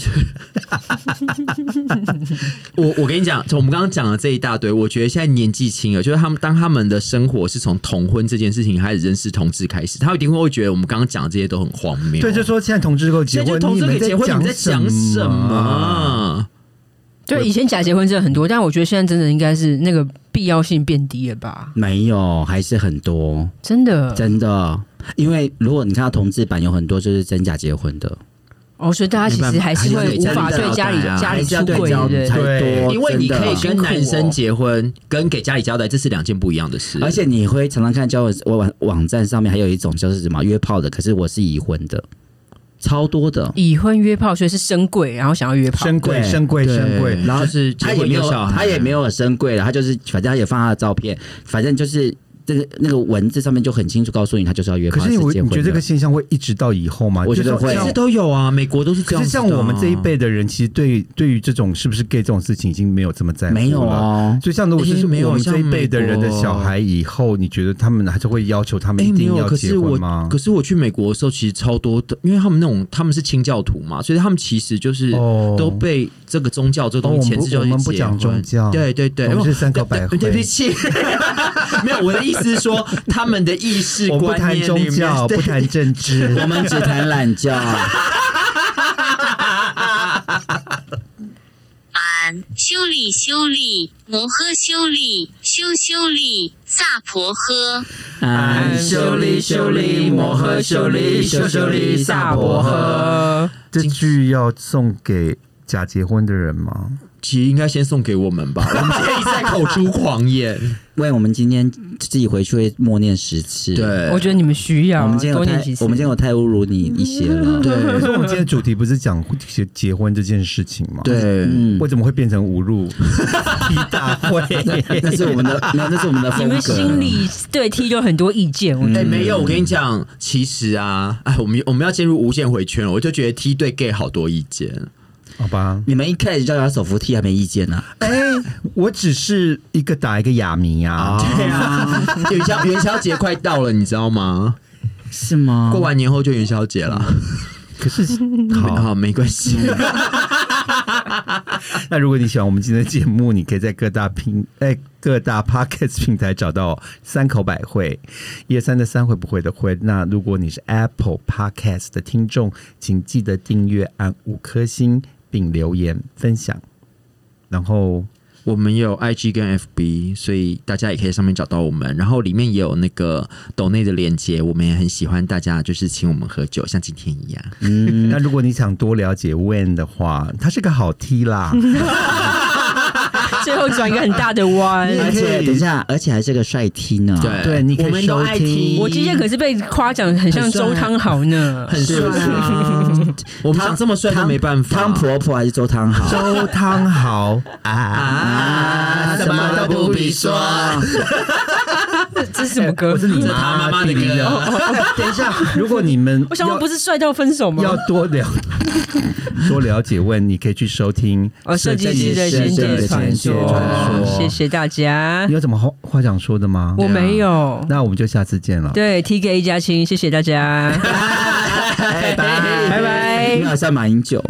Speaker 2: 我我跟你讲，从我们刚刚讲的这一大堆，我觉得现在年纪轻了，就是他们当他们的生活是从同婚这件事情开始认识同志开始，他一定会觉得我们刚刚讲的这些都很荒
Speaker 1: <laughs>
Speaker 2: 谬。
Speaker 1: 对，就说现在同志够结
Speaker 2: 现在就
Speaker 1: 婚，
Speaker 2: 同志可以结婚，你
Speaker 1: 你
Speaker 2: 们在讲什
Speaker 1: 么？
Speaker 2: 么？
Speaker 4: 对，以前假结婚真的很多，但我觉得现在真的应该是那个必要性变低了吧？
Speaker 3: 没有，还是很多，
Speaker 4: 真的，
Speaker 3: 真的。因为如果你看到同志版，有很多就是真假结婚的，
Speaker 4: 哦，所以大家其实还是会无法对家里家
Speaker 3: 还
Speaker 4: 里
Speaker 3: 是
Speaker 4: 出
Speaker 3: 要对
Speaker 4: 柜，对
Speaker 3: 焦
Speaker 4: 不对？
Speaker 3: 才多，
Speaker 2: 因为你可以
Speaker 3: 真
Speaker 2: 跟
Speaker 3: 的
Speaker 2: 男生结婚，跟给家里交代，这是两件不一样的事。
Speaker 3: 而且你会常常看交友网网站上面还有一种就是什么约炮的，可是我是已婚的，超多的。
Speaker 4: 已婚约炮，所以是深柜，然后想要约炮。
Speaker 1: 深贵，
Speaker 3: 对
Speaker 1: 深贵，
Speaker 2: 对
Speaker 1: 深贵。
Speaker 2: 然后是
Speaker 3: 他也没有，
Speaker 2: 小孩，
Speaker 3: 他也没有深贵了，他就是反正他也放他的照片，反正就是这个那个文字上面就很清楚告诉你，他就是要约
Speaker 1: 可
Speaker 3: 炮
Speaker 1: 是你
Speaker 3: 是结
Speaker 1: 你
Speaker 3: 婚
Speaker 1: 觉得这个
Speaker 3: 的。
Speaker 1: 现象会一直到以后吗？
Speaker 3: 我觉得
Speaker 1: 就是
Speaker 3: 会
Speaker 1: 像
Speaker 2: 其实都有啊，美国都是这
Speaker 1: 可
Speaker 2: 样
Speaker 1: 是
Speaker 2: 子的啊。
Speaker 1: 像我们这一辈的人，其实对对于这种是不是 gay 这种事情已经没有这么在乎了。
Speaker 3: 没有
Speaker 1: <laughs>
Speaker 2: 啊
Speaker 3: 哦，
Speaker 1: 所以像如果
Speaker 2: 哎
Speaker 1: 是
Speaker 2: 没有
Speaker 1: 我们这一
Speaker 2: 像
Speaker 1: 辈的人的
Speaker 2: 美国
Speaker 1: 小孩，以后你觉得他们还是会要求他们
Speaker 2: 哎
Speaker 1: 一
Speaker 2: 没
Speaker 1: 定
Speaker 2: 有，
Speaker 1: 要
Speaker 2: 可
Speaker 1: 结
Speaker 2: 是
Speaker 1: 婚
Speaker 2: 我
Speaker 1: 吗
Speaker 2: 可？是我去美国的时候，其实超多的，因为他们那种他们是清教徒嘛，所以他们其实就是
Speaker 1: 哦
Speaker 2: 都被这个宗教这个东西
Speaker 1: 哦我们
Speaker 2: 前
Speaker 1: 不
Speaker 2: 置就
Speaker 1: 我们不讲宗教
Speaker 2: 对对对，
Speaker 1: 我们
Speaker 2: 因为
Speaker 1: 是三口百
Speaker 2: 对对
Speaker 1: 惠
Speaker 2: 不起， <laughs> 没有我的意思是说他们的意识
Speaker 1: 我们不
Speaker 2: 观
Speaker 1: 谈
Speaker 2: 念
Speaker 1: 宗
Speaker 2: 里面
Speaker 1: 教，
Speaker 2: <laughs> 对
Speaker 1: 不谈政治，
Speaker 3: 我们只谈懒觉。
Speaker 5: 安，修理修理，摩诃修理，修修理，萨婆诃。
Speaker 3: 安
Speaker 2: 修利修利摩诃修利修修利萨婆
Speaker 1: <laughs>
Speaker 4: 呃
Speaker 2: 诃。
Speaker 1: 这句要送给假结婚的人
Speaker 2: <laughs>
Speaker 1: 吗？
Speaker 2: 其实应该先送给我们吧，我们现在一直在口出狂言，
Speaker 1: <laughs>
Speaker 3: 为我们今天自己回去会默念十次。，
Speaker 2: 对，
Speaker 4: 我觉得你们需要啊
Speaker 3: 我们今天有
Speaker 4: 多
Speaker 3: 太
Speaker 4: 念几次。
Speaker 3: 我们今天有太侮辱你一些了。
Speaker 2: 嗯
Speaker 3: 对
Speaker 1: 可是我们今天主题不是讲结结婚这件事情吗？，
Speaker 2: 对。
Speaker 3: 嗯，
Speaker 1: 为什么会变成侮
Speaker 2: <laughs>
Speaker 1: 辱一大会？
Speaker 3: 那是我们的，没有那是我们的
Speaker 4: 你
Speaker 3: 风
Speaker 4: 们心
Speaker 3: 格。
Speaker 4: 里对 T 有很多意见，我觉
Speaker 2: 哎、
Speaker 4: 得
Speaker 2: 没有，我跟你讲，其实啊，哎，我们我们要进入无限回圈了，我就觉得 T 对 gay 好多意 <laughs> 见，
Speaker 1: 好吧，
Speaker 3: 你们一开始叫他手扶梯还没意见呢、啊
Speaker 1: 哎、 <laughs> 我只是一个打一个哑谜啊。
Speaker 2: 对啊，元宵元宵节快到了，你知道吗？
Speaker 3: 是吗？
Speaker 2: 过完年后就元宵节了，
Speaker 1: 可是
Speaker 2: 嗯好
Speaker 1: 好，
Speaker 2: 好没关 <laughs> 系，
Speaker 1: <laughs> 那如果你喜欢我们今天的节目，你可以在各大平 <laughs> 哎、各大 podcast 平台找到三口百惠，一二三的三会不会的会。那如果你是 Apple Podcast 的听众，请记得订阅、按五颗星并留言分享。然后
Speaker 2: 我们有 IG 跟 FB，所以大家也可以上面找到我们，然后里面也有那个抖内的链接，我们也很喜欢大家就是请我们喝酒，像今天一样。嗯
Speaker 1: 那如果你想多了解 Wen 的话，他是个好 T
Speaker 2: <laughs>
Speaker 1: 啦，
Speaker 4: 最后转一个很大的弯。
Speaker 1: 你也
Speaker 3: <laughs>
Speaker 1: 可
Speaker 3: 而
Speaker 1: 以
Speaker 3: 且等一下，而且还是个帅啊 T 呢。
Speaker 2: 对，
Speaker 1: 对你可以
Speaker 2: 我们都爱
Speaker 1: 收听
Speaker 2: 听，
Speaker 4: 我今天可是被夸奖，很像周汤豪呢。
Speaker 2: 很帅啊！我们长这么帅都没办法。
Speaker 3: 汤婆婆还是周汤好？
Speaker 1: 周汤豪啊，
Speaker 2: <laughs> 啊，
Speaker 3: 什么都不必说。
Speaker 4: <laughs> 这这是什么歌？
Speaker 1: 我是你
Speaker 2: 他妈妈的
Speaker 1: 弟弟
Speaker 2: 歌
Speaker 1: 的。
Speaker 2: <laughs>
Speaker 1: 等一下，如果你们
Speaker 4: <laughs> 我想问，
Speaker 1: 要
Speaker 4: 不是帅到分手吗？
Speaker 1: 要多了 <laughs> 多了解问，你可以去收听
Speaker 4: 哦，设计师的仙界传说，谢。谢大家
Speaker 1: 你，有什么话话想说的吗？
Speaker 4: 我没有。
Speaker 1: 那我们就下次见了。
Speaker 4: 对，T <laughs> 给一家亲，谢谢大家，
Speaker 3: 哎拜
Speaker 4: 拜拜
Speaker 3: 你好像马英九。